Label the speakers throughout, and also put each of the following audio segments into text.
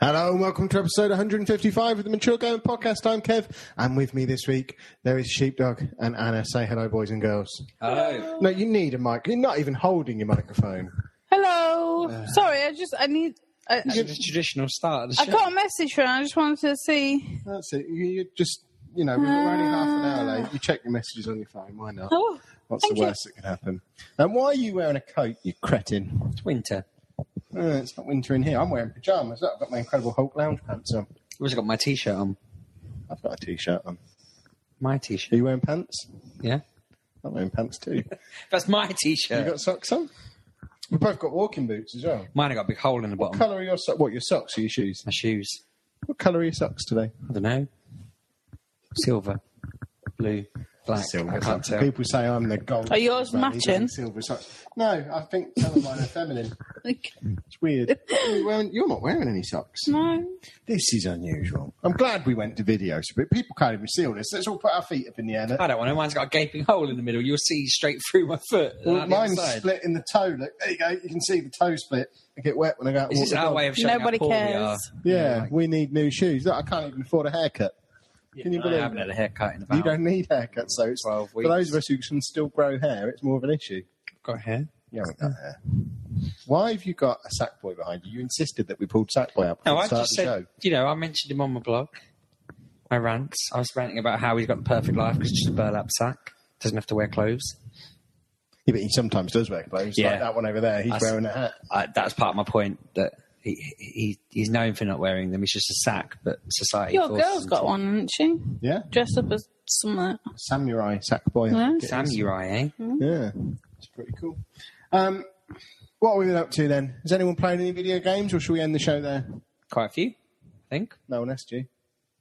Speaker 1: Hello and welcome to episode 155 of the Mature Game Podcast. I'm Kev, and with me this week there is Sheepdog and Anna. Say hello, boys and girls.
Speaker 2: Hello.
Speaker 1: No, you need a mic. You're not even holding your microphone.
Speaker 3: Hello.
Speaker 2: Uh,
Speaker 3: Sorry, I just I need. I,
Speaker 2: This is the traditional start of the
Speaker 3: I
Speaker 2: show.
Speaker 3: got a message from. her, I just wanted to see.
Speaker 1: That's it. You, you just, you know, we're only half an hour late. You check your messages on your phone. Why not?
Speaker 3: Oh,
Speaker 1: What's the
Speaker 3: thank you.
Speaker 1: worst that could happen? And why are you wearing a coat, you cretin?
Speaker 2: It's winter.
Speaker 1: Uh, it's not winter in here. I'm wearing pajamas. Look, I've got my Incredible Hulk lounge pants on.
Speaker 2: I've also got my t-shirt on.
Speaker 1: I've got a t-shirt on.
Speaker 2: My
Speaker 1: Are
Speaker 2: t-shirt.
Speaker 1: you wearing pants?
Speaker 2: Yeah.
Speaker 1: I'm wearing pants too.
Speaker 2: That's my
Speaker 1: You
Speaker 2: t-shirt.
Speaker 1: got socks on? We've both got walking boots as well.
Speaker 2: Mine have got a big hole in the
Speaker 1: What
Speaker 2: bottom.
Speaker 1: colour are your socks? What your socks or your shoes?
Speaker 2: My shoes.
Speaker 1: What colour are your socks today?
Speaker 2: I don't know. Silver, blue, black. I can't
Speaker 1: socks.
Speaker 2: tell.
Speaker 1: People say I'm the gold.
Speaker 3: Are yours
Speaker 1: man. He doesn't
Speaker 3: matching?
Speaker 1: Silver socks. No, I think some of mine are feminine.
Speaker 3: like,
Speaker 1: It's weird. You're, wearing- you're not wearing any socks.
Speaker 3: no.
Speaker 1: This is unusual. I'm glad we went to video, so- but people can't even see all this. Let's all put our feet up in the air. Look.
Speaker 2: I don't want to. Mine's got a gaping hole in the middle. You'll see straight through my foot. and
Speaker 1: Well,
Speaker 2: out the other
Speaker 1: mine's
Speaker 2: side.
Speaker 1: split in the toe. Look, there you go. You can see the toe split. I get wet when I go out.
Speaker 2: This is
Speaker 1: walking
Speaker 2: our way of showing
Speaker 3: Nobody
Speaker 2: how poor we are.
Speaker 3: cares.
Speaker 1: Yeah, we need new shoes. Look, I can't even afford a haircut. Can you
Speaker 2: I
Speaker 1: believe
Speaker 2: haven't
Speaker 1: it?
Speaker 2: had a haircut in about.
Speaker 1: You don't need haircuts, so it's,
Speaker 2: 12
Speaker 1: for those
Speaker 2: weeks.
Speaker 1: of us who can still grow hair, it's more of an issue.
Speaker 2: got hair.
Speaker 1: Yeah, we got hair. Why have you got a sack boy behind you? You insisted that we pulled sack boy up. at
Speaker 2: No,
Speaker 1: the
Speaker 2: I
Speaker 1: start
Speaker 2: just
Speaker 1: of the
Speaker 2: said, you know, I mentioned him on my blog, my rants. I was ranting about how he's got the perfect life because he's just a burlap sack, doesn't have to wear clothes.
Speaker 1: Yeah, but he sometimes does wear clothes.
Speaker 2: Yeah.
Speaker 1: Like that one over there, he's
Speaker 2: I s-
Speaker 1: wearing a hat.
Speaker 2: I, that's part of my point that he, he he's known for not wearing them. He's just a sack, but society.
Speaker 3: Your
Speaker 2: forces
Speaker 3: girl's
Speaker 2: him
Speaker 3: got
Speaker 2: to.
Speaker 3: one, hasn't she?
Speaker 1: Yeah,
Speaker 3: Dressed up as something.
Speaker 2: Oh
Speaker 1: samurai sack boy. I
Speaker 3: Yeah.
Speaker 1: think it is.
Speaker 2: Samurai, eh?
Speaker 3: Mm-hmm.
Speaker 1: Yeah, it's pretty cool. Um, what are we been up to then? Is anyone playing any video games, or should we end the show there?
Speaker 2: Quite a few, I think.
Speaker 1: No one asked you.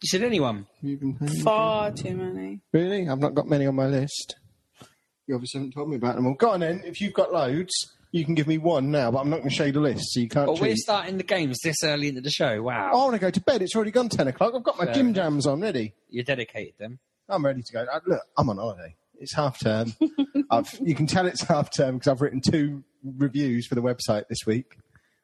Speaker 2: You said anyone?
Speaker 1: Have you been playing?
Speaker 3: Far too many.
Speaker 1: Really? I've not got many on my list. You obviously haven't told me about them all. Go on then. If you've got loads, you can give me one now, but I'm not going to show you the list, so you can't
Speaker 2: But we're
Speaker 1: cheat.
Speaker 2: starting the games this early into the show. Wow,
Speaker 3: Oh.
Speaker 1: I want to go to bed. It's already gone 10 o'clock. I've got my
Speaker 2: Fair
Speaker 1: gym
Speaker 2: enough.
Speaker 1: jams on ready.
Speaker 2: you dedicated them.
Speaker 1: I'm ready to go. Uh, Look, I'm on holiday. It's half term. I've, you can tell it's half term because I've written two reviews for the website this week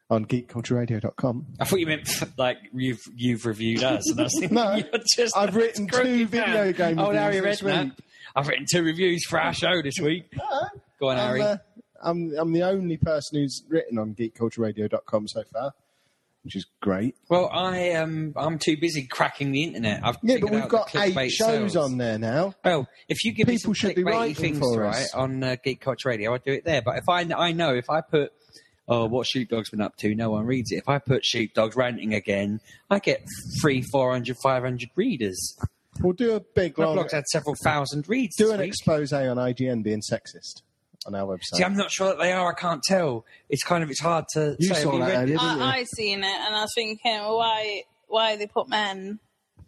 Speaker 1: on geekcultureradio.com.
Speaker 2: I thought you meant like you've you've reviewed us. And I was thinking,
Speaker 1: No,
Speaker 2: you're just
Speaker 1: I've written two
Speaker 2: screwing
Speaker 1: video
Speaker 2: down.
Speaker 1: game
Speaker 2: Oh,
Speaker 1: reviews
Speaker 2: Harry
Speaker 1: this
Speaker 2: Redknapp.
Speaker 1: week.
Speaker 2: I've written two reviews for our show this week. Go on, Harry.
Speaker 1: I'm, uh, I'm, I'm the only person who's written on geekcultureradio.com so far, which is great.
Speaker 2: well, I um, I'm too busy cracking the internet. I've
Speaker 1: Yeah,
Speaker 2: figured
Speaker 1: but we've
Speaker 2: out the
Speaker 1: got eight
Speaker 2: clickbait
Speaker 1: shows
Speaker 2: sells.
Speaker 1: on there now.
Speaker 2: Well, if you give me
Speaker 1: People
Speaker 2: some
Speaker 1: should be
Speaker 2: clickbaity
Speaker 1: writing
Speaker 2: things
Speaker 1: for
Speaker 2: to
Speaker 1: us.
Speaker 2: write on uh, Geek Culture Radio, I do it there. But if I, I know if I put oh what Sheepdog's been up to, no one reads it. If I put Sheepdog's ranting again, I get three, four hundred, five hundred readers.
Speaker 1: We'll do a big
Speaker 2: My
Speaker 1: long
Speaker 2: blog's had several thousand reads.
Speaker 1: do
Speaker 2: this
Speaker 1: an
Speaker 2: week.
Speaker 1: expose on IGN being sexist on our website.
Speaker 2: See, I'm not sure that they are. I can't tell. It's kind of it's hard to.
Speaker 1: You
Speaker 2: say.
Speaker 1: saw
Speaker 2: Have
Speaker 1: that
Speaker 2: read
Speaker 1: earlier,
Speaker 2: it?
Speaker 1: didn't you?
Speaker 3: I, I seen it and I was thinking, well, why why they put men?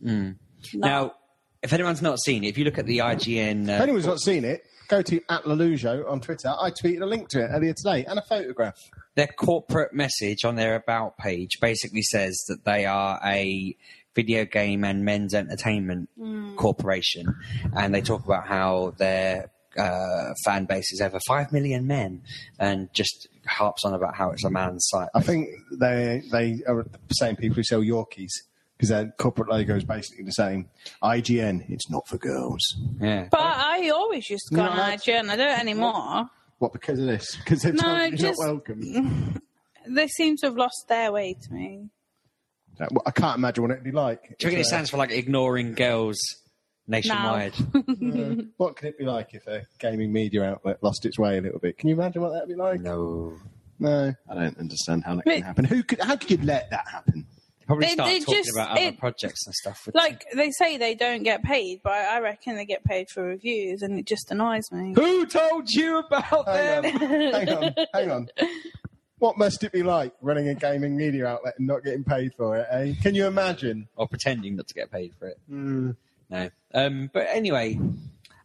Speaker 3: No.
Speaker 2: Now, if anyone's not seen it, if you look at the IGN,
Speaker 1: if
Speaker 2: uh,
Speaker 1: anyone's not seen it, go to at Lelujo on Twitter. I tweeted a link to it earlier today and a photograph.
Speaker 2: their corporate message on their about page basically says that they are a video game and men's entertainment corporation, and they talk about how their uh, fan base is over five million men, and just harps on about how it's a man's site.
Speaker 1: I think they they are the same people who sell Yorkies because their corporate logo is basically the same. IGN, it's not for girls.
Speaker 2: Yeah.
Speaker 3: But I always used to go
Speaker 1: No,
Speaker 3: on
Speaker 1: I-
Speaker 3: IGN. I don't anymore.
Speaker 1: What because of this? Because they've
Speaker 3: No,
Speaker 1: told you you're
Speaker 3: just-
Speaker 1: not welcome.
Speaker 3: They seem to have lost their way to me.
Speaker 1: Well, I can't imagine what it'd be like.
Speaker 2: Do you reckon it
Speaker 1: If, uh,
Speaker 2: stands for like ignoring girls nationwide?
Speaker 1: uh, what could it be like if a gaming media outlet lost its way a little bit? Can you imagine what that'd be like?
Speaker 2: no.
Speaker 1: No, I don't understand how that
Speaker 3: But-
Speaker 1: can happen. Who could? How could you let that happen?
Speaker 2: Probably
Speaker 3: They-
Speaker 2: start
Speaker 3: they
Speaker 2: talking
Speaker 3: just-
Speaker 2: about other
Speaker 3: it-
Speaker 2: projects and stuff. wouldn't
Speaker 3: Like they say they don't get paid, but I reckon they get paid for reviews, and it just annoys me.
Speaker 2: they? who told you about
Speaker 1: Hang
Speaker 2: them?
Speaker 1: on, hang on, hang on. What must it be like running a gaming media outlet and not getting paid for it? Eh? Can you imagine?
Speaker 2: or pretending not to get paid for it. No. Um, but anyway,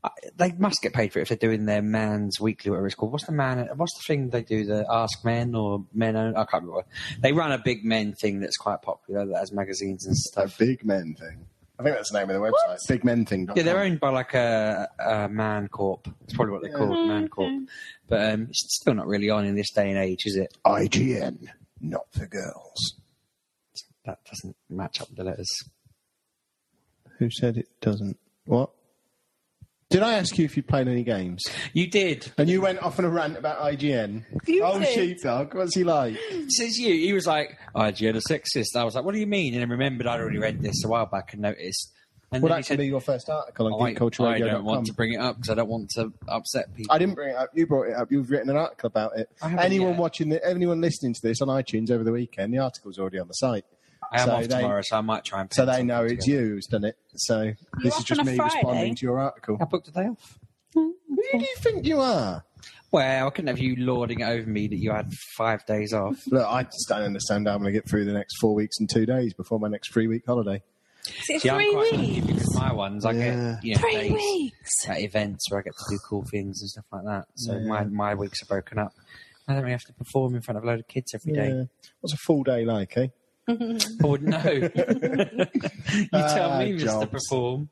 Speaker 2: I, they must get paid for it if they're doing their man's weekly, whatever it's called. What's the man? What's the thing they do? The Ask Men or Men? Own- I can't remember. They run a big men thing that's quite popular that has magazines and
Speaker 1: A
Speaker 2: stuff.
Speaker 1: big men thing. I think that's the name of the website. Big men thing.
Speaker 2: Yeah, they're owned by like a, a man corp. It's probably what they're called,
Speaker 3: Mm-hmm.
Speaker 2: man corp. But um, it's still not really on in this day and age, is it?
Speaker 1: IGN, not for girls.
Speaker 2: That doesn't match up with the letters.
Speaker 1: Who said it doesn't? What? Did I ask you if you played any games?
Speaker 2: You did.
Speaker 1: And you went off on a rant about IGN.
Speaker 3: You
Speaker 1: oh,
Speaker 3: did.
Speaker 1: sheepdog, what's he like?
Speaker 2: Says you. He was like, "I you're a sexist." I was like, "What do you mean?" And I remembered I'd already read this a while back and noticed. And
Speaker 1: Would
Speaker 2: then he
Speaker 1: actually be
Speaker 2: said,
Speaker 1: your first article on
Speaker 2: I, I don't
Speaker 1: geekcultureradio.com.
Speaker 2: want to bring it up because I don't want to upset people.
Speaker 1: I didn't bring it up. You brought it up. You've written an article about it.
Speaker 2: haven't
Speaker 1: Anyone
Speaker 2: yet.
Speaker 1: watching, the, anyone listening to this on iTunes over the weekend, the article's already on the site.
Speaker 2: I am
Speaker 1: so
Speaker 2: off
Speaker 1: they-
Speaker 2: tomorrow, so I might try and.
Speaker 1: So
Speaker 2: pin
Speaker 1: they
Speaker 2: something
Speaker 1: know it's
Speaker 2: together.
Speaker 1: you who's done it. So this
Speaker 3: off
Speaker 1: is just
Speaker 3: on a
Speaker 1: me
Speaker 3: Friday?
Speaker 1: responding to your article.
Speaker 2: I booked a day off.
Speaker 1: Who do you think you are?
Speaker 2: Well, I couldn't have you lording it over me that you had five days off.
Speaker 1: Look, I just don't understand how I'm going to get through the next four weeks and two days before my next three week holiday.
Speaker 3: Is it
Speaker 2: See, I'm
Speaker 3: three
Speaker 2: quite lucky
Speaker 3: weeks?
Speaker 2: because my ones, I
Speaker 1: Yeah.
Speaker 2: get you know,
Speaker 3: Three
Speaker 2: days
Speaker 3: weeks.
Speaker 2: at events where I get to do cool things and stuff like that. So my, my weeks are broken up. I don't really have to perform in front of a load of kids every day.
Speaker 1: Yeah. What's a full day like, eh?
Speaker 2: I wouldn't know. Oh, you tell
Speaker 1: Ah,
Speaker 2: me, Mr.
Speaker 1: jobs.
Speaker 2: Perform.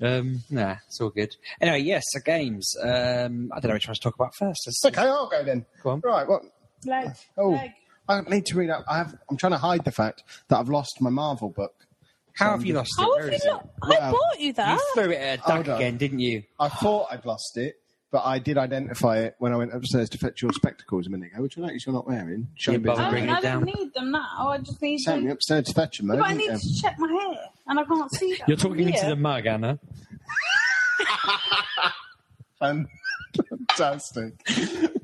Speaker 2: Um, nah, it's all good. Anyway, yes, so games. Um, I don't know which one to talk about first. Let's-
Speaker 1: Okay, I'll go then.
Speaker 2: Go on.
Speaker 1: Right, what?
Speaker 3: Leg.
Speaker 1: Oh,
Speaker 3: Leg.
Speaker 1: I need to read up. I have, I'm trying to hide the fact that I've lost my Marvel book.
Speaker 2: How have you lost it?
Speaker 3: How
Speaker 2: Where
Speaker 3: have you
Speaker 2: is it?
Speaker 3: not? I
Speaker 1: Well,
Speaker 3: bought you that.
Speaker 2: You threw it at a
Speaker 1: Hold
Speaker 2: duck
Speaker 1: on.
Speaker 2: again, didn't you?
Speaker 1: I thought I'd lost it, but I did identify it when I went upstairs to fetch your spectacles a minute ago, which I noticed you're not wearing.
Speaker 2: Yeah,
Speaker 1: Showed me
Speaker 2: but
Speaker 1: the-
Speaker 3: I,
Speaker 2: Bring it
Speaker 3: don't- I
Speaker 2: down.
Speaker 3: don't need them now. I just need
Speaker 1: sent me
Speaker 3: them.
Speaker 1: upstairs to fetch them, though.
Speaker 3: But I
Speaker 1: didn't
Speaker 3: need
Speaker 1: you?
Speaker 3: to check my hair, and I can't see that.
Speaker 2: You're
Speaker 3: from
Speaker 2: talking into
Speaker 3: here.
Speaker 2: the mug, Anna.
Speaker 1: Um, fantastic.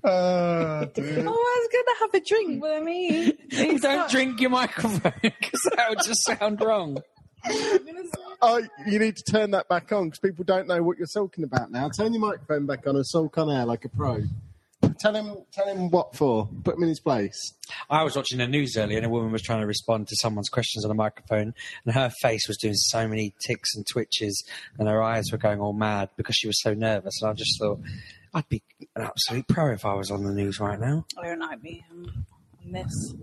Speaker 1: Oh, dear.
Speaker 3: Oh, I was gonna have a drink with me.
Speaker 2: Don't drink your microphone because that would just sound wrong.
Speaker 1: Oh, you need to turn that back on because people don't know what you're talking about now. Turn your microphone back on and sulk on air like a pro. Tell him, tell him what for. Put him in his place.
Speaker 2: I was watching the news earlier and a woman was trying to respond to someone's questions on a microphone and her face was doing so many ticks and twitches and her eyes were going all mad because she was so nervous and I just thought I'd be an absolute pro if I was on the news right now.
Speaker 3: I don't like me um, on this.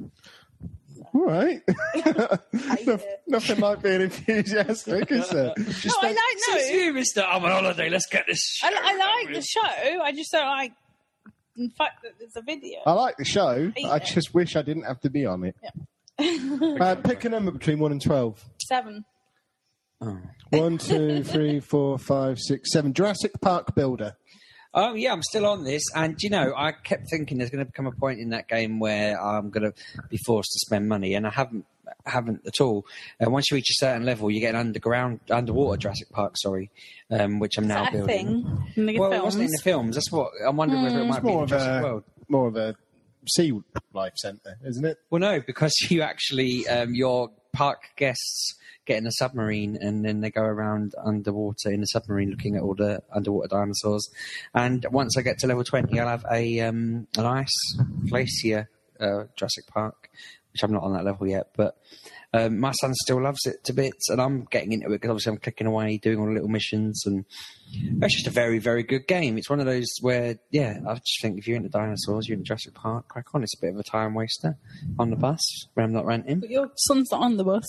Speaker 1: All right.
Speaker 3: it.
Speaker 1: Nothing like being enthusiastic, is there?
Speaker 3: No,
Speaker 1: Just
Speaker 3: Oh, I
Speaker 1: that-
Speaker 3: like no.
Speaker 2: you, Mister. I'm on holiday. Let's get this.
Speaker 3: I, li- I like the show. I just don't like the fact that there's a video.
Speaker 2: Oh.
Speaker 1: I like the show.
Speaker 3: Hate
Speaker 1: I
Speaker 3: it.
Speaker 1: just wish I didn't have to be on it. Uh, pick a number between 1 and 12.
Speaker 3: Seven.
Speaker 2: Oh.
Speaker 1: One, two, three, four, five, six, seven. Jurassic Park Builder.
Speaker 2: Oh yeah, I'm still on this, and you know, I kept thinking there's going to become a point in that game where I'm going to be forced to spend money, and I haven't, haven't at all. And once you reach a certain level, you get an underground, underwater Jurassic Park, sorry, um, which I'm now
Speaker 3: That
Speaker 2: building.
Speaker 3: thing. In the
Speaker 2: Well, it
Speaker 3: films.
Speaker 2: wasn't in the films. That's what I'm wondering whether it might be in
Speaker 1: more
Speaker 2: the
Speaker 1: of
Speaker 2: Jurassic
Speaker 1: a-
Speaker 2: World.
Speaker 1: More of a sea life centre, isn't it?
Speaker 2: Well, no, because you actually um, your park guests get in a submarine and then they go around underwater in a submarine looking at all the underwater dinosaurs. And once I get to level twenty, I'll have a um, an ice glacier uh, Jurassic Park, which I'm not on that level yet, but. Um, my son still loves it to bits, and I'm getting into it because obviously I'm clicking away, doing all the little missions, and it's just a very, very good game. It's one of those where, yeah, I just think if you're into dinosaurs, you're into Jurassic Park, crack on. It's a bit of a time waster on the bus when I'm not ranting. Ah.
Speaker 3: But your son's not on the bus.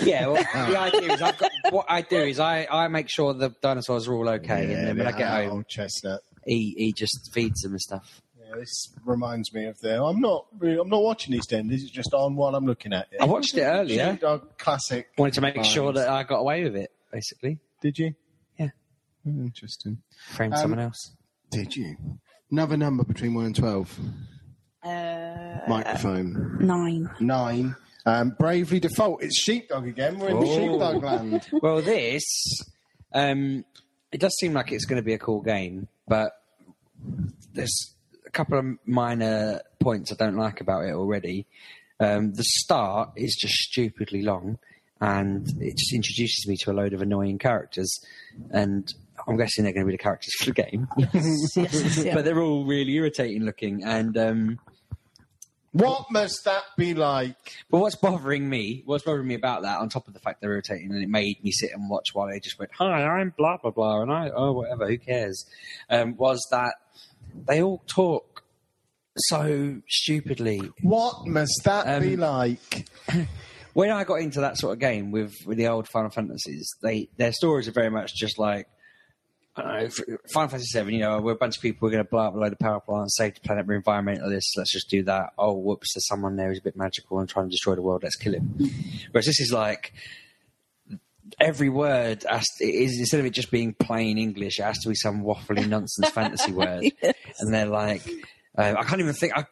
Speaker 2: Yeah, well, the idea is I've got, what I do is I, I make sure the dinosaurs are all okay, and then when I get
Speaker 1: that
Speaker 2: home,
Speaker 1: old chestnut.
Speaker 2: he, he just feeds them and stuff.
Speaker 1: Yeah, this reminds me of the. I'm not. really- I'm not watching EastEnders. It's just on while I'm looking at it.
Speaker 2: I watched it earlier.
Speaker 1: Sheepdog classic.
Speaker 2: Wanted to make sure
Speaker 1: lines.
Speaker 2: that I got away with it, basically.
Speaker 1: Did you?
Speaker 2: Yeah.
Speaker 1: Hmm, Interesting.
Speaker 2: Frame
Speaker 1: Um,
Speaker 2: someone else.
Speaker 1: Did you? Another number between one and twelve.
Speaker 3: Uh,
Speaker 1: Microphone
Speaker 3: nine.
Speaker 1: nine. Um, Bravely Default. It's Sheepdog again. We're in the
Speaker 2: Oh.
Speaker 1: Sheepdog land.
Speaker 2: well, this um, it does seem like it's going to be a cool game, but there's a couple of minor points I don't like about it already. Um, the start is just stupidly long, and it just introduces me to a load of annoying characters, and I'm guessing they're going to be the characters for the game, but they're all really irritating looking. And um,
Speaker 1: What must that be like?
Speaker 2: but what's bothering me, what's bothering me about that, on top of the fact they're irritating, and it made me sit and watch while they just went, "Hi, I'm blah blah blah," and I, oh whatever, who cares? Um, was that they all talk so stupidly?
Speaker 1: What must that
Speaker 2: Um,
Speaker 1: be like?
Speaker 2: When I got into that sort of game with, with the old Final Fantasies, they their stories are very much just like. I don't know, for- Final Fantasy Seven. You know, we're a bunch of people. We're going to blow up a load of power plants, save the planet, we're environmentalists. Let's just do that. Oh, whoops! There's someone there who's a bit magical and trying to destroy the world. Let's kill him. Whereas this is like every word has to, is instead of it just being plain English, it has to be some waffling nonsense fantasy word. And they're like, uh, I can't even think. I,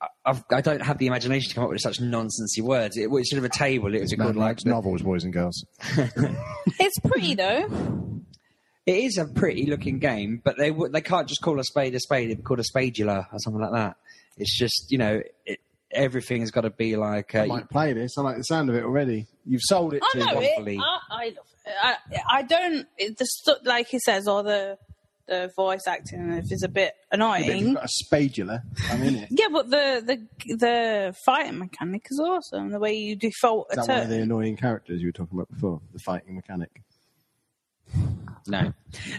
Speaker 2: I- I've, I don't have the imagination to come up with such nonsensy words. It was sort of a table. It was called like
Speaker 4: It's novels, boys and girls.
Speaker 3: It's pretty though.
Speaker 2: It is a pretty looking game, but they w- they can't just call a spade a spade. It'd be called a spadula or something like that. It's just you know it, everything has got to be like uh,
Speaker 1: I might play this. I like the sound of it already. You've sold it
Speaker 3: I
Speaker 1: to
Speaker 3: know
Speaker 1: me.
Speaker 2: wrongfully.
Speaker 3: it. I, I love it. I, I don't. It, the stu- like he says, or the the voice acting and if is a bit
Speaker 1: But if You've
Speaker 3: annoying.
Speaker 1: got a spadula. I'm in it. Is
Speaker 3: Yeah, but the the the fighting mechanic is awesome. The way you default a
Speaker 1: that one of the
Speaker 3: turn.
Speaker 1: annoying characters you were talking about before? The fighting mechanic.
Speaker 2: No.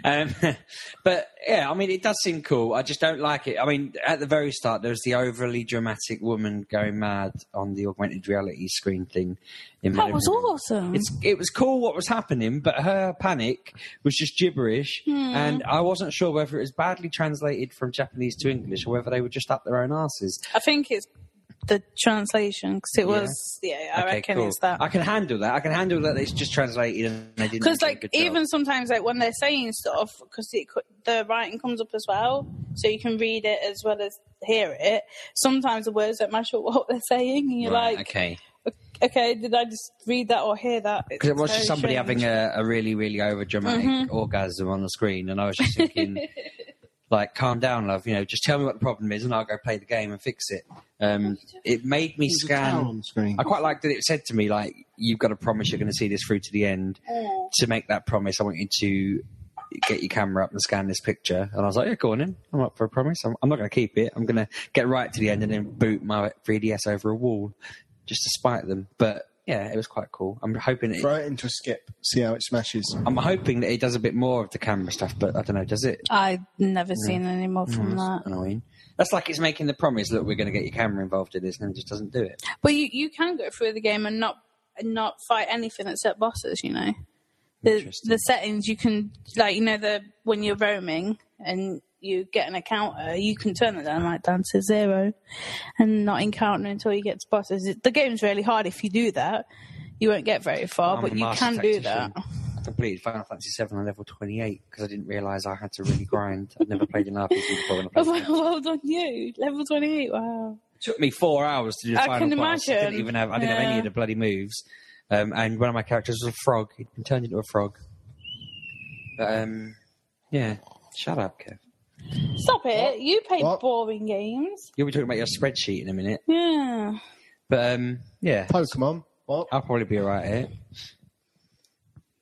Speaker 2: Um, but yeah, I mean, it does seem cool. I just don't like it. I mean, at the very start, there was the overly dramatic woman going mad on the augmented reality screen thing. In
Speaker 3: That was
Speaker 2: Memory.
Speaker 3: awesome.
Speaker 2: It's, it was cool what was happening, but her panic was just gibberish,
Speaker 3: Hmm.
Speaker 2: and I wasn't sure whether it was badly translated from Japanese to English or whether they were just up their own asses.
Speaker 3: I think it's the translation because it was. Yeah, I
Speaker 2: Okay,
Speaker 3: reckon
Speaker 2: cool.
Speaker 3: it's that.
Speaker 2: I can handle that. I can handle that. It's just translated, and they didn't
Speaker 3: because
Speaker 2: do a
Speaker 3: like
Speaker 2: good job.
Speaker 3: even sometimes like when they're saying stuff because the writing comes up as well so you can read it as well as hear it sometimes the words don't match up what they're saying and you're
Speaker 2: Right,
Speaker 3: like
Speaker 2: okay.
Speaker 3: okay. did i just read that or hear that
Speaker 2: because it was just somebody having a, a really, really over dramatic
Speaker 3: Mm-hmm.
Speaker 2: orgasm on the screen, and I was just thinking, like, calm down, love. You know, just tell me what the problem is, and I'll go play the game and fix it. Um, it made me
Speaker 1: There's a cow
Speaker 2: scan.
Speaker 1: on screen.
Speaker 2: I quite liked that it said to me, like, you've got to promise you're going to see this through to the end. To make that promise, I want you to get your camera up and scan this picture. And I was like, yeah, go on in. I'm up for a promise. I'm, I'm not going to keep it. I'm going to get right to the end and then boot my 3DS over a wall just to spite them. But yeah, it was quite cool. I'm hoping it,
Speaker 1: Throw it into a skip. See how it smashes.
Speaker 2: I'm hoping that it does a bit more of the camera stuff, but I don't know, does it?
Speaker 3: i've never seen any more
Speaker 2: Mm.
Speaker 3: from that
Speaker 2: Annoying. That's like it's making the promise that we're going to get your camera involved in this, and it just doesn't do it.
Speaker 3: but you, you can go through the game and not and not fight anything except bosses you know the,
Speaker 2: Interesting.
Speaker 3: the settings you can like you know the when you're roaming and you get an encounter you can turn it down like down to zero and not encounter until you get to bosses It- the game's really hard if you do that you won't get very far
Speaker 2: I'm a
Speaker 3: Oh, but you
Speaker 2: master
Speaker 3: can do
Speaker 2: tactician.
Speaker 3: that
Speaker 2: I completed Final Fantasy VII on level 28 because I didn't realise I had to really grind. I've never played an RPG before. When I
Speaker 3: oh,
Speaker 2: played
Speaker 3: well, well done you level 28 wow
Speaker 2: took me four hours to do the
Speaker 3: I
Speaker 2: final
Speaker 3: can
Speaker 2: boss. I didn't
Speaker 3: imagine.
Speaker 2: even have I didn't have any
Speaker 3: Yeah.
Speaker 2: of the bloody moves. Um, and one of my characters was a frog. He'd been turned into a frog. But, um, yeah. Shut up, Kev.
Speaker 3: stop it you play
Speaker 1: What?
Speaker 3: boring games
Speaker 2: You'll be talking about your spreadsheet in a minute.
Speaker 3: yeah
Speaker 2: But um, yeah.
Speaker 1: Pokemon. What?
Speaker 2: I'll probably be alright at it.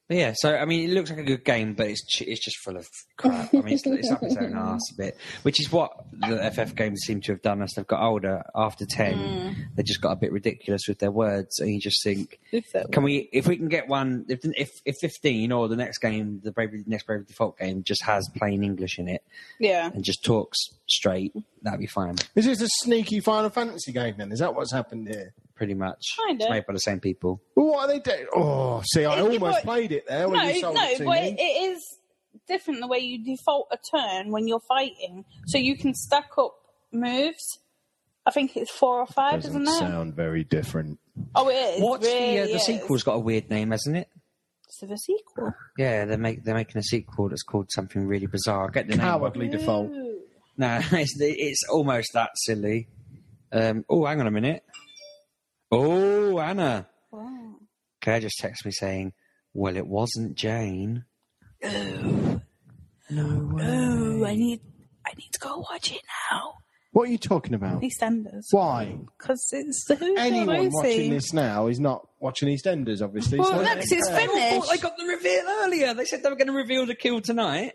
Speaker 2: But yeah, so I mean, it looks like a good game, but it's ch- it's just full of crap. I mean, it's, it's up its own ass a bit, which is what the FF games seem to have done as they've got older. After ten,
Speaker 3: Hmm.
Speaker 2: they just got a bit ridiculous with their words, and you just think,
Speaker 3: If that
Speaker 2: can we? If we can get one, if if, if fifteen or the next game, the Brave, next Brave Default game just has plain English in it
Speaker 3: yeah
Speaker 2: and just talks straight, that'd be fine,
Speaker 1: Is this a sneaky Final Fantasy game then? Is that what's happened here?
Speaker 2: pretty much.
Speaker 3: Kinda.
Speaker 2: It's made by the same people.
Speaker 1: Well, what are they doing? Oh, see, I
Speaker 3: It's
Speaker 1: almost
Speaker 3: what-
Speaker 1: played it there when
Speaker 3: No,
Speaker 1: you
Speaker 3: no,
Speaker 1: sold it to
Speaker 3: but
Speaker 1: me.
Speaker 3: it is different the way you default a turn when you're fighting. So you can stack up moves. I think it's four or five, isn't it?
Speaker 1: very different.
Speaker 3: Oh, it is.
Speaker 2: What's
Speaker 3: really
Speaker 2: the uh, the
Speaker 3: is.
Speaker 2: sequel's got a weird name, hasn't it?
Speaker 3: It's the sequel.
Speaker 2: Yeah, they're make, they're making a sequel that's called something really bizarre. I get the
Speaker 1: Cowardly default.
Speaker 3: Ooh.
Speaker 2: name. No, it's it's almost that silly. Um, oh, hang on a minute. Oh, Anna.
Speaker 3: Wow.
Speaker 2: Claire just texted me saying, "Well, it wasn't Jane."
Speaker 3: Ooh, I need, I need to go watch it now.
Speaker 1: What are you talking about?
Speaker 3: EastEnders.
Speaker 1: Why?
Speaker 3: Because it's the who's
Speaker 1: Anyone
Speaker 3: Anyone
Speaker 1: watching this now is not watching EastEnders, obviously.
Speaker 3: Well,
Speaker 1: so they
Speaker 3: look,
Speaker 1: don't
Speaker 3: it's
Speaker 1: care.
Speaker 3: finished.
Speaker 2: Oh, they got the reveal earlier. They said they were going to reveal the kill tonight.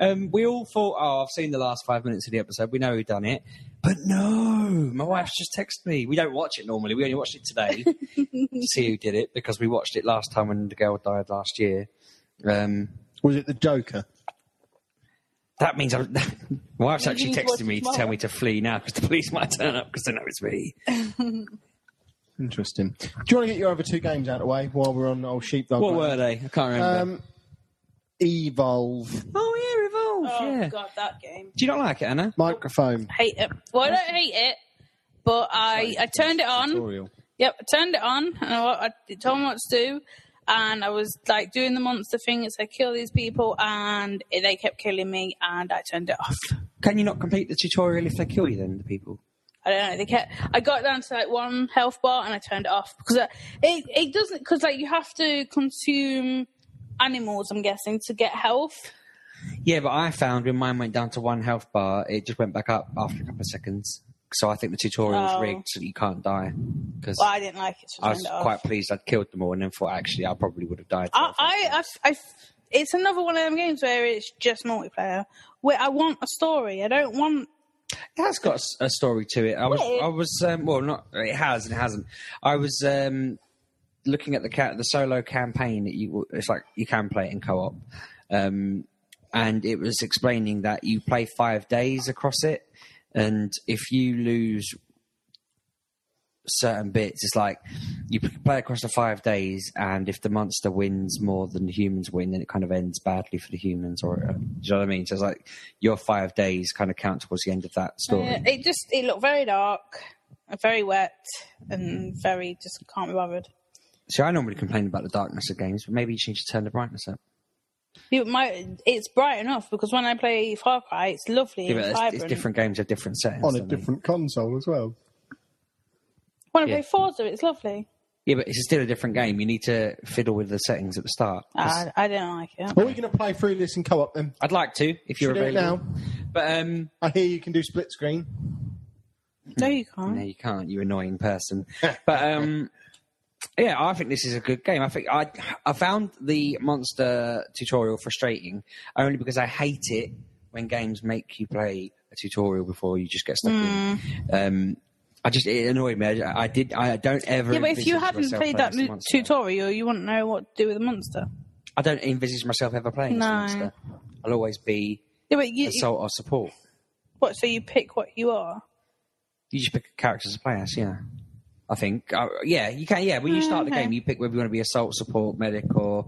Speaker 2: Um, we all thought, oh, I've seen the last five minutes of the episode. We know who done it. But no, my wife's just texted me. We don't watch it normally. We only watched it today to see who did it because we watched it last time when the girl died last year. Um,
Speaker 1: Was it the Joker?
Speaker 2: that means I'm, my wife's
Speaker 3: You
Speaker 2: actually
Speaker 3: need to watch
Speaker 2: texting me
Speaker 3: it
Speaker 2: to tell me to flee now because the police might turn up because they know it's me.
Speaker 1: Interesting. Do you want to get your other two games out of the way while we're on old sheepdog?
Speaker 2: What
Speaker 1: Road?
Speaker 2: were they? I can't remember.
Speaker 1: Um, Evolve
Speaker 2: Oh yeah, Revolve.
Speaker 3: Oh
Speaker 2: yeah.
Speaker 3: god, that game.
Speaker 2: Do you not like it, Anna?
Speaker 1: microphone.
Speaker 3: Hate it. Well, I don't hate it, but I I turned it on.
Speaker 2: Tutorial.
Speaker 3: Yep, I turned it on, and I, wa- I told him what to do. And I was like doing the monster thing. It's like kill these people, and they kept killing me, and I turned it off.
Speaker 2: Can you not complete the tutorial if they kill you? Then the people.
Speaker 3: I don't know. They kept. I got down to like one health bar and I turned it off because I- it it doesn't because like you have to consume animals. I'm guessing to get health.
Speaker 2: Yeah, but I found when mine went down to one health bar, it just went back up after a couple of seconds. So I think the tutorial's
Speaker 3: Oh.
Speaker 2: rigged so that you can't die. Because
Speaker 3: Well, I didn't like it. So I
Speaker 2: I
Speaker 3: turned
Speaker 2: was
Speaker 3: it off.
Speaker 2: quite pleased I'd killed them all, and then thought actually I probably would have died.
Speaker 3: I, I, I, I, it's another one of them games where it's just multiplayer. Where I want a story. I don't want.
Speaker 2: It has got a s- a story to it. I was,
Speaker 3: Yeah.
Speaker 2: I was, um, well, not it has and it hasn't. I was um, looking at the ca- the solo campaign that you. It's like you can play it in co op, um, and it was explaining that you play five days across it, and if you lose certain bits, it's like you p- play across the five days, and if the monster wins more than the humans win, then it kind of ends badly for the humans, or uh, do you know what I mean? So it's like your five days kind of count towards the end of that story.
Speaker 3: Uh, it just it looked very dark, and very wet, and very just can't be bothered.
Speaker 2: See, I normally complain about the darkness of games, but maybe you should just turn the brightness up.
Speaker 3: It might, it's bright enough because when I play Far Cry, it's lovely.
Speaker 2: Yeah,
Speaker 3: and
Speaker 2: but it's-
Speaker 3: vibrant.
Speaker 2: it's, different games have different settings.
Speaker 1: on a
Speaker 2: don't they?
Speaker 1: different console as well.
Speaker 3: When I
Speaker 2: Yeah.
Speaker 3: play Forza, it's lovely.
Speaker 2: Yeah, but it's still a different game. You need to fiddle with the settings at the start.
Speaker 3: I, Ah, I don't like
Speaker 2: Oh.
Speaker 3: it.
Speaker 1: Are we going to play through this in co-op then?
Speaker 2: I'd like to if you're
Speaker 1: Should we do it
Speaker 2: available.
Speaker 1: now?
Speaker 2: But um,
Speaker 1: I hear you can do split screen.
Speaker 3: No, you can't.
Speaker 2: no, you can't. You annoying person. but um, yeah, I think this is a good game. I think I I found the monster tutorial frustrating only because I hate it when games make you play a tutorial before you just get stuck
Speaker 3: Hmm.
Speaker 2: in. Um, I just it annoyed me. I, I did. I don't ever.
Speaker 3: Yeah, but if you
Speaker 2: envisage
Speaker 3: hadn't
Speaker 2: myself playing
Speaker 3: played that
Speaker 2: this
Speaker 3: mo-
Speaker 2: monster.
Speaker 3: tutorial, you wouldn't know what to do with the monster.
Speaker 2: I don't envisage myself ever playing
Speaker 3: No.
Speaker 2: as a monster. I'll always be
Speaker 3: Yeah, but you,
Speaker 2: assault or support.
Speaker 3: what? So you pick what you are.
Speaker 2: You just pick characters to play as, yeah. I think, uh, yeah, you can, yeah. When you start the
Speaker 3: Okay.
Speaker 2: game, you pick whether you want to be assault, support, medic, or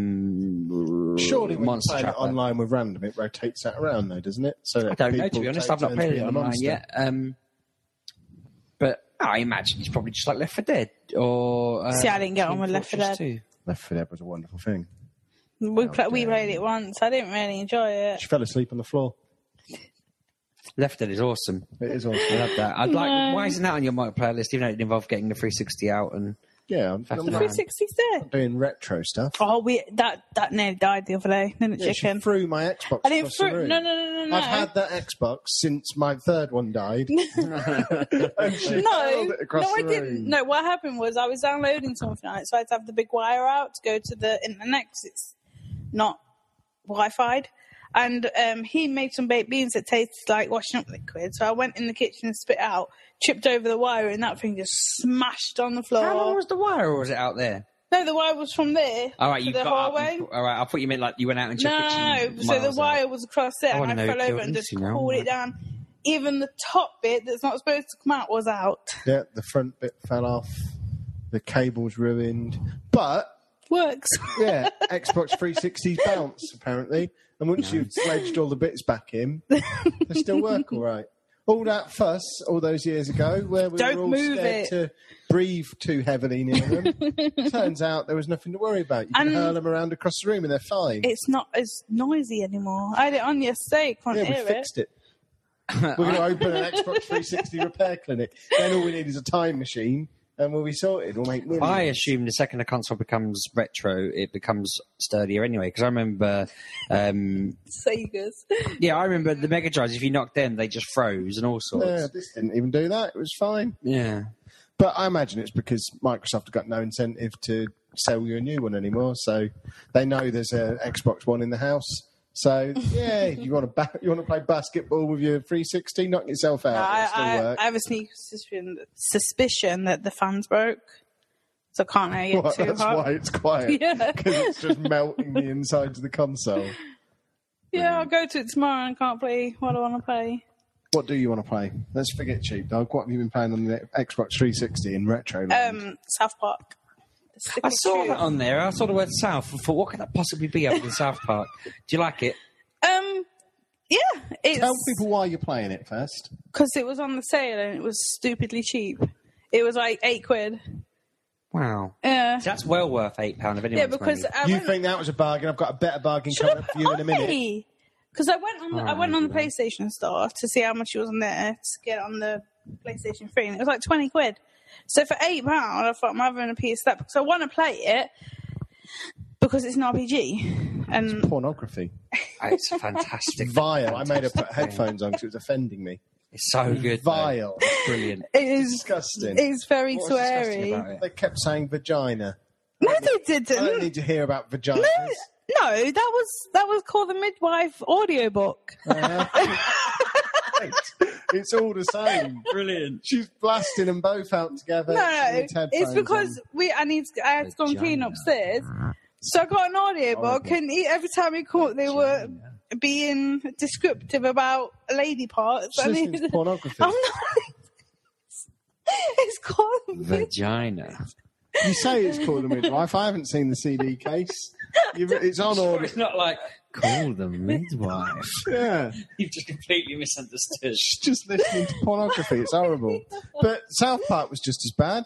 Speaker 2: um,
Speaker 1: Surely when
Speaker 2: monster
Speaker 1: you play it
Speaker 2: trapper.
Speaker 1: online with random, it rotates that around though, doesn't it? So that
Speaker 2: I don't know. To
Speaker 1: people
Speaker 2: be honest,
Speaker 1: take
Speaker 2: I've not
Speaker 1: turns
Speaker 2: played it
Speaker 1: being the
Speaker 2: online
Speaker 1: monster.
Speaker 2: yet. Um, but oh, I imagine it's probably just like Left 4 Dead or. Uh,
Speaker 3: See, I didn't get on
Speaker 2: Team
Speaker 3: with Left 4
Speaker 2: Fortress
Speaker 3: Dead.
Speaker 2: 2.
Speaker 1: Left 4 Dead was a wonderful thing.
Speaker 3: We pla we played it once. I didn't really enjoy it.
Speaker 1: She fell asleep on the floor.
Speaker 2: Left 4 Dead is awesome.
Speaker 1: It is
Speaker 2: I
Speaker 1: awesome.
Speaker 2: love that. I'd like. Why isn't that on your multiplayer list? Even though it involved getting the 360 out and
Speaker 1: yeah, I'm, I'm not
Speaker 3: 360's there.
Speaker 1: doing retro stuff.
Speaker 3: Oh, we that that nearly died the other day, didn't it,
Speaker 1: Yeah, she
Speaker 3: chicken?
Speaker 1: threw my Xbox.
Speaker 3: I didn't
Speaker 1: across the
Speaker 3: throw.
Speaker 1: room.
Speaker 3: No, no, no, no, no.
Speaker 1: I've had that Xbox since my third one died. and she
Speaker 3: no,
Speaker 1: hurled it across
Speaker 3: no, I
Speaker 1: the
Speaker 3: didn't.
Speaker 1: room.
Speaker 3: No, what happened was I was downloading something, on it, so I had to have the big wire out to go to the internet 'cause it's not Wi-Fi. And um, he made some baked beans that tasted like washing up liquid. So I went in the kitchen and spit it out, chipped over the wire, and that thing just smashed on the floor.
Speaker 2: How long was the wire, or was it out there?
Speaker 3: No, the wire was from there.
Speaker 2: All right,
Speaker 3: to
Speaker 2: you
Speaker 3: the
Speaker 2: got up
Speaker 3: hallway.
Speaker 2: and- all right, I thought you meant like you went out and checked it.
Speaker 3: No,
Speaker 2: some
Speaker 3: so the
Speaker 2: miles
Speaker 3: wire
Speaker 2: out.
Speaker 3: was across it,
Speaker 2: I
Speaker 3: and
Speaker 2: wanna
Speaker 3: I
Speaker 2: know
Speaker 3: fell
Speaker 2: who
Speaker 3: over
Speaker 2: killed
Speaker 3: and just
Speaker 2: Lucy now,
Speaker 3: pulled it
Speaker 2: right.
Speaker 3: down. Even the top bit that's not supposed to come out was out.
Speaker 1: Yeah, the front bit fell off. The cable's ruined. But
Speaker 3: Works.
Speaker 1: yeah, Xbox 360 bounce apparently, and once you've sledged all the bits back in, they still work all right. All that fuss all those years ago, where we
Speaker 3: Don't
Speaker 1: were all
Speaker 3: move
Speaker 1: scared
Speaker 3: it.
Speaker 1: to breathe too heavily near them. Turns out there was nothing to worry about. You can
Speaker 3: And-
Speaker 1: hurl them around across the room and they're fine.
Speaker 3: it's not as noisy anymore. I had it on yesterday, can't
Speaker 1: Yeah, we
Speaker 3: hear it.
Speaker 1: fixed it. We're going to open an Xbox 360 repair clinic. Then all we need is a time machine, and we'll be sorted. We'll make millions.
Speaker 2: I assume the second a console becomes retro, it becomes sturdier anyway. Because I remember, um,
Speaker 3: Sega's.
Speaker 2: yeah, I remember the Mega Drives. If you knocked them, they just froze and all
Speaker 1: Yeah,
Speaker 2: sorts.
Speaker 1: this didn't even do that. It was fine.
Speaker 2: Yeah,
Speaker 1: But I imagine it's because Microsoft have got no incentive to sell you a new one anymore. So they know there's an Xbox One in the house. So yeah, you want to ba- you want to play basketball with your 360, knock yourself out. It'll still
Speaker 3: I,
Speaker 1: work.
Speaker 3: I, I have a sneak suspicion, suspicion that the fans broke, so can't I get
Speaker 1: Well,
Speaker 3: too
Speaker 1: that's
Speaker 3: hot?
Speaker 1: why it's quiet.
Speaker 3: Yeah.
Speaker 1: Because it's just melting the insides of the console.
Speaker 3: Yeah, I'll go to it tomorrow and can't play what I want to play.
Speaker 1: What do you want to play? Let's forget cheap dog. What have you been playing on the Xbox 360 in retro? land?
Speaker 3: Um, South Park. stick
Speaker 2: I
Speaker 3: it
Speaker 2: saw
Speaker 3: through.
Speaker 2: that on there. I saw the word South. I thought, what could that possibly be other than South Park? Do you like it?
Speaker 3: Um, yeah,
Speaker 1: Tell
Speaker 3: it's
Speaker 1: people why you're playing it first.
Speaker 3: because it was on the sale and it was stupidly cheap. It was like eight quid. Uh,
Speaker 2: Wow.
Speaker 3: Yeah,
Speaker 2: That's well worth £8 of anyone's
Speaker 3: yeah, because
Speaker 2: money.
Speaker 3: I
Speaker 1: you
Speaker 3: went-
Speaker 1: think that was a bargain? I've got a better bargain
Speaker 3: Should
Speaker 1: coming
Speaker 3: I
Speaker 1: up for you in a minute.
Speaker 3: Because I went on the,
Speaker 2: Oh,
Speaker 3: I went on the PlayStation Store to see how much it was on there to get on the PlayStation Three, and it was like twenty quid. So for eight pound, I thought I'm having a piece of that because I want to play it because it's an RPG, and
Speaker 1: Pornography.
Speaker 2: Oh, it's fantastic.
Speaker 1: Vile. I made her put
Speaker 2: Fantastic.
Speaker 1: headphones on because it was offending me.
Speaker 2: It's so good. though.
Speaker 1: Vile.
Speaker 2: It's Brilliant.
Speaker 3: it is
Speaker 1: Disgusting.
Speaker 3: it's very
Speaker 2: What was disgusting about
Speaker 3: sweary.
Speaker 2: it?
Speaker 1: They kept saying vagina.
Speaker 3: No, they
Speaker 1: I don't
Speaker 3: didn't.
Speaker 1: need to hear about vaginas.
Speaker 3: No, no, that was that was called the midwife audiobook.
Speaker 1: Right. Uh, it's all the same.
Speaker 2: Brilliant.
Speaker 1: She's blasting them both out together.
Speaker 3: No, no,
Speaker 1: with headphones
Speaker 3: it's because we I need to, I had to go and clean
Speaker 2: Vagina.
Speaker 3: upstairs, so I got an audiobook,
Speaker 1: Horrible.
Speaker 3: and he, every time he caught, they were being descriptive about lady parts.
Speaker 1: on.
Speaker 3: and
Speaker 1: She's
Speaker 3: he-
Speaker 1: listening to pornography.
Speaker 3: I'm not. It's called.
Speaker 2: Vagina.
Speaker 1: You say it's called a midwife. I haven't seen the CD case. You've, it's on
Speaker 2: Or
Speaker 1: order.
Speaker 2: it's not like, call the midwife.
Speaker 1: Yeah.
Speaker 2: You've just completely misunderstood.
Speaker 1: She's just listening to pornography. It's horrible. But South Park was just as bad.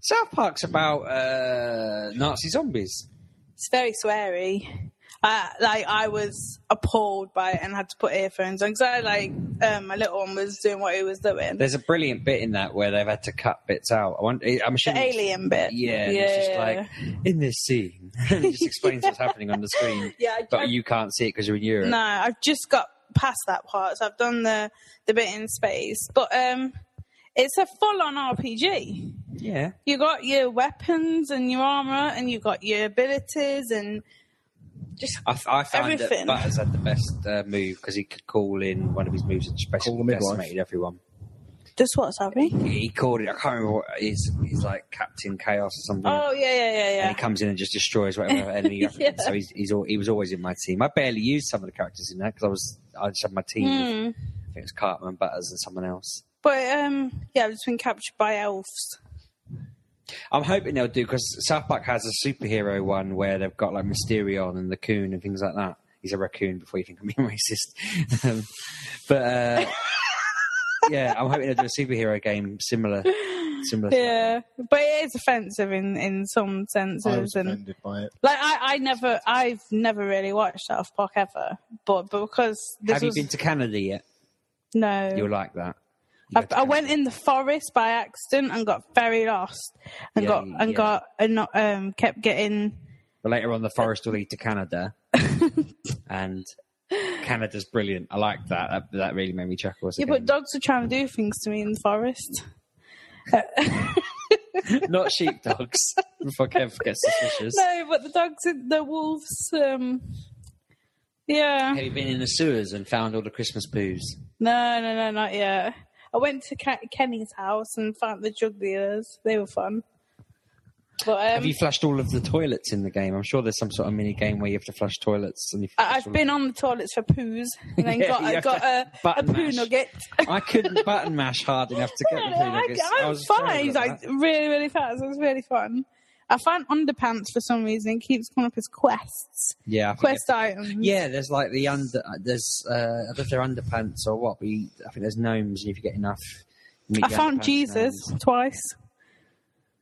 Speaker 2: South Park's about uh, Nazi zombies.
Speaker 3: It's very sweary. Uh, like I was appalled by it and had to put earphones on because I like um, my little one was doing what he was doing.
Speaker 2: There's a brilliant bit in that where they've had to cut bits out. I wonder, I'm
Speaker 3: the
Speaker 2: assuming it's-
Speaker 3: alien bit.
Speaker 2: Yeah, and it's just like in this scene, and it just explains what's happening on the screen,
Speaker 3: yeah. I- I-
Speaker 2: but you can't see it because you're in Europe.
Speaker 3: No, I've just got past that part. So I've done the the bit in space, but um, it's a full on RPG.
Speaker 2: Yeah,
Speaker 3: You got your weapons and your armor, and you got your abilities, and just
Speaker 2: I, I found
Speaker 3: Everything.
Speaker 2: that Butters had the best uh, move because he could call in one of his moves
Speaker 1: Call
Speaker 2: and
Speaker 1: the
Speaker 2: special
Speaker 1: midwife.
Speaker 2: decimated everyone.
Speaker 3: just what's happening.
Speaker 2: He called it. I can't remember what he's he's like Captain Chaos or something.
Speaker 3: Oh yeah, yeah, yeah,
Speaker 2: And
Speaker 3: yeah.
Speaker 2: he comes in and just destroys whatever enemy. you have.
Speaker 3: Yeah.
Speaker 2: So he's, he's al he was always in my team. I barely used some of the characters in that because I was I just had my team. with-
Speaker 3: Mm.
Speaker 2: I think it was Cartman, Butters, and someone else.
Speaker 3: But um, yeah, I've just been captured by elves.
Speaker 2: I'm hoping they'll do because South Park has a superhero one where they've got like Mysterion and the Coon and things like that. He's a raccoon before you think I'm being racist. um, but uh, yeah, I'm hoping they'll do a superhero game similar, similar. to that.
Speaker 3: Yeah, but it is offensive in in some
Speaker 1: I was
Speaker 3: senses, and
Speaker 1: offended by it.
Speaker 3: like I, I never, I've never really watched South Park ever. But, but because this
Speaker 2: Have
Speaker 3: was-
Speaker 2: you been to Canada yet?
Speaker 3: no,
Speaker 2: You'll like that. You
Speaker 3: I,
Speaker 2: go to
Speaker 3: I went
Speaker 2: Canada.
Speaker 3: in the forest by accident and got very lost, and
Speaker 2: Yeah,
Speaker 3: got
Speaker 2: you-
Speaker 3: and
Speaker 2: yeah.
Speaker 3: got and not um kept getting.
Speaker 2: But later on, the forest will lead to Canada, and Canada's brilliant. I like that. that. That really made me chuckle. as a
Speaker 3: Yeah, but
Speaker 2: game.
Speaker 3: dogs were trying to do things to me in the forest.
Speaker 2: not sheepdogs. Fuck, ever get suspicious.
Speaker 3: No, but the dogs, the wolves. Um, yeah,
Speaker 2: Have you been in the sewers and found all the Christmas poos?
Speaker 3: no, no, no, not yet. I went to Ke- Kenny's house and found the drug dealers. They were fun. But
Speaker 2: Have
Speaker 3: um,
Speaker 2: you flushed all of the toilets in the game? I'm sure there's some sort of mini game where you have to flush toilets. And you
Speaker 3: I,
Speaker 2: flush
Speaker 3: I've
Speaker 2: all
Speaker 3: been on the toilets for poos and then
Speaker 2: Yeah,
Speaker 3: got
Speaker 2: you
Speaker 3: I
Speaker 2: have
Speaker 3: got a,
Speaker 2: to
Speaker 3: a
Speaker 2: button
Speaker 3: poo
Speaker 2: mash.
Speaker 3: nugget.
Speaker 2: Of... I couldn't button mash hard enough to get the poo nuggets.
Speaker 3: I,
Speaker 2: I
Speaker 3: am
Speaker 2: was terrible
Speaker 3: fine. He's
Speaker 2: at
Speaker 3: like
Speaker 2: that.
Speaker 3: really, really fast. It was really fun. I found underpants for some reason. It keeps coming up as quests,
Speaker 2: yeah, I think
Speaker 3: quest items.
Speaker 2: Yeah, there's like the under. There's uh, I don't know if they're underpants or what, but you, I think there's gnomes, and if you get enough, you meet
Speaker 3: I
Speaker 2: the
Speaker 3: found
Speaker 2: underpants
Speaker 3: Jesus twice.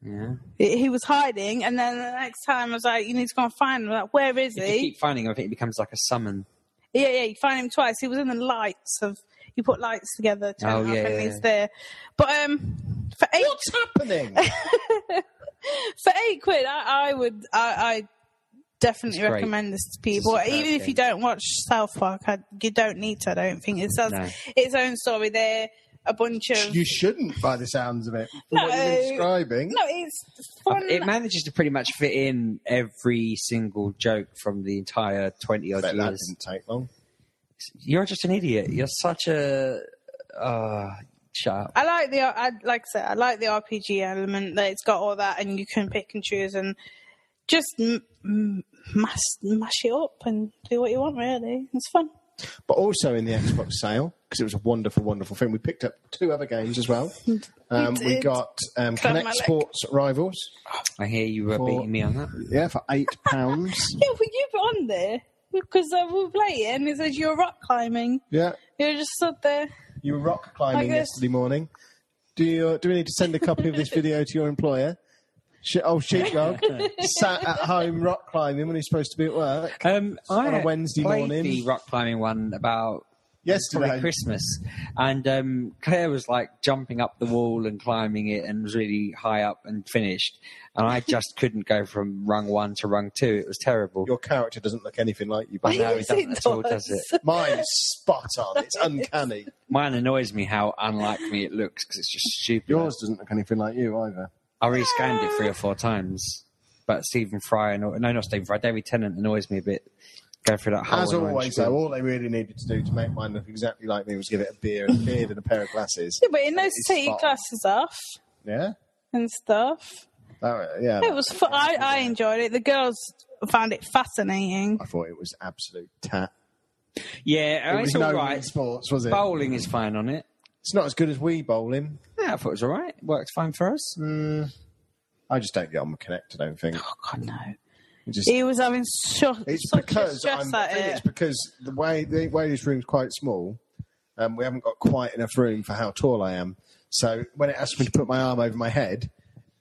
Speaker 2: gnomes.
Speaker 3: He he was hiding, and then the next time I was like, "You need to go and find him." I'm like, where is
Speaker 2: Yeah, if you
Speaker 3: he?
Speaker 2: keep finding, them, I think it becomes like a summon.
Speaker 3: Yeah, yeah. You find him twice. He was in the lights of. You put lights together, turn
Speaker 2: Oh,
Speaker 3: it up,
Speaker 2: yeah,
Speaker 3: and
Speaker 2: yeah,
Speaker 3: he's
Speaker 2: yeah.
Speaker 3: there. But um, for eight
Speaker 1: What's happening?
Speaker 3: for eight quid, I, I would, I, I definitely
Speaker 2: It's great.
Speaker 3: recommend this to people.
Speaker 2: superb
Speaker 3: Even if you don't watch South Park, I, you don't need to. I don't think it tells
Speaker 2: No.
Speaker 3: its own story. They're a bunch of
Speaker 1: you shouldn't, by the sounds of it. From what
Speaker 3: No.
Speaker 1: you're describing.
Speaker 3: no, it's fun.
Speaker 2: It manages to pretty much fit in every single joke from the entire twenty odd
Speaker 1: Bet that
Speaker 2: years.
Speaker 1: didn't take long.
Speaker 2: You're just an idiot. You're such a. Uh, shut up.
Speaker 3: I like the, I like I said, I like the RPG element that it's got all that, and you can pick and choose and just m- m- mash, mash it up and do what you want. Really, it's fun.
Speaker 1: But also in the Xbox sale, because it was a wonderful, wonderful thing, we picked up two other games as well. Um, we
Speaker 3: did.
Speaker 1: got um,
Speaker 3: Club
Speaker 1: Connect
Speaker 3: Malek.
Speaker 1: Sports Rivals,
Speaker 2: I hear you were
Speaker 1: For-
Speaker 2: beating me on that.
Speaker 1: yeah, for eight pounds.
Speaker 3: Yeah, but you put on there because uh, we play it and it says you're rock climbing.
Speaker 1: yeah,
Speaker 3: You're just stood there.
Speaker 1: you were rock
Speaker 3: I
Speaker 1: climbing
Speaker 3: guess-
Speaker 1: yesterday morning. Do you? Do we need to send a copy of this video to your employer? She, oh, sheetrog sat at home rock climbing when he's supposed to be at work
Speaker 2: Um, I
Speaker 1: On a Wednesday
Speaker 2: played
Speaker 1: morning.
Speaker 2: the rock climbing one about probably
Speaker 1: yesterday.
Speaker 2: Christmas, and um, Claire was like jumping up the wall and climbing it, and was really high up and finished. And I just couldn't go from rung one to rung two. It was terrible.
Speaker 1: Your character doesn't look anything like you. But
Speaker 2: know it
Speaker 3: Yes,
Speaker 2: doesn't at all, does it?
Speaker 1: mine's spot on. It's uncanny.
Speaker 2: Mine annoys me how unlike me it looks because it's just stupid.
Speaker 1: Yours doesn't look anything like you either.
Speaker 2: I rescanned it three or four times, but Stephen Fry and no, not Stephen Fry, David Tennant annoys me a bit. Go through that whole
Speaker 1: As
Speaker 2: annoying
Speaker 1: always,
Speaker 2: spiel.
Speaker 1: though, all they really needed to do to make mine look exactly like me was give it a beer, a beard, and a pair of glasses.
Speaker 3: Yeah, but it knows
Speaker 1: It's
Speaker 3: to take your
Speaker 1: fun.
Speaker 3: glasses off
Speaker 1: Yeah,
Speaker 3: and stuff.
Speaker 1: That- yeah.
Speaker 2: Oh,
Speaker 3: It was fun. I, I enjoyed it. The girls found it fascinating.
Speaker 1: I thought it was absolute tat.
Speaker 2: yeah,
Speaker 1: It
Speaker 2: it's
Speaker 1: was
Speaker 2: all
Speaker 1: no
Speaker 2: right.
Speaker 1: sports, was it?
Speaker 2: Bowling is fine on it.
Speaker 1: It's not as good as Wii bowling.
Speaker 2: Yeah, I thought it was all right. It worked fine for us.
Speaker 1: Mm. I just don't get on with Connect. I don't think.
Speaker 3: Oh God, no!
Speaker 1: It just,
Speaker 3: He was having so,
Speaker 1: it's
Speaker 3: such a
Speaker 1: because
Speaker 3: stress
Speaker 1: I'm, I
Speaker 3: at
Speaker 1: think it's
Speaker 3: it.
Speaker 1: because the way the way this room's quite small, um, we haven't got quite enough room for how tall I am. So when it asks me to put my arm over my head,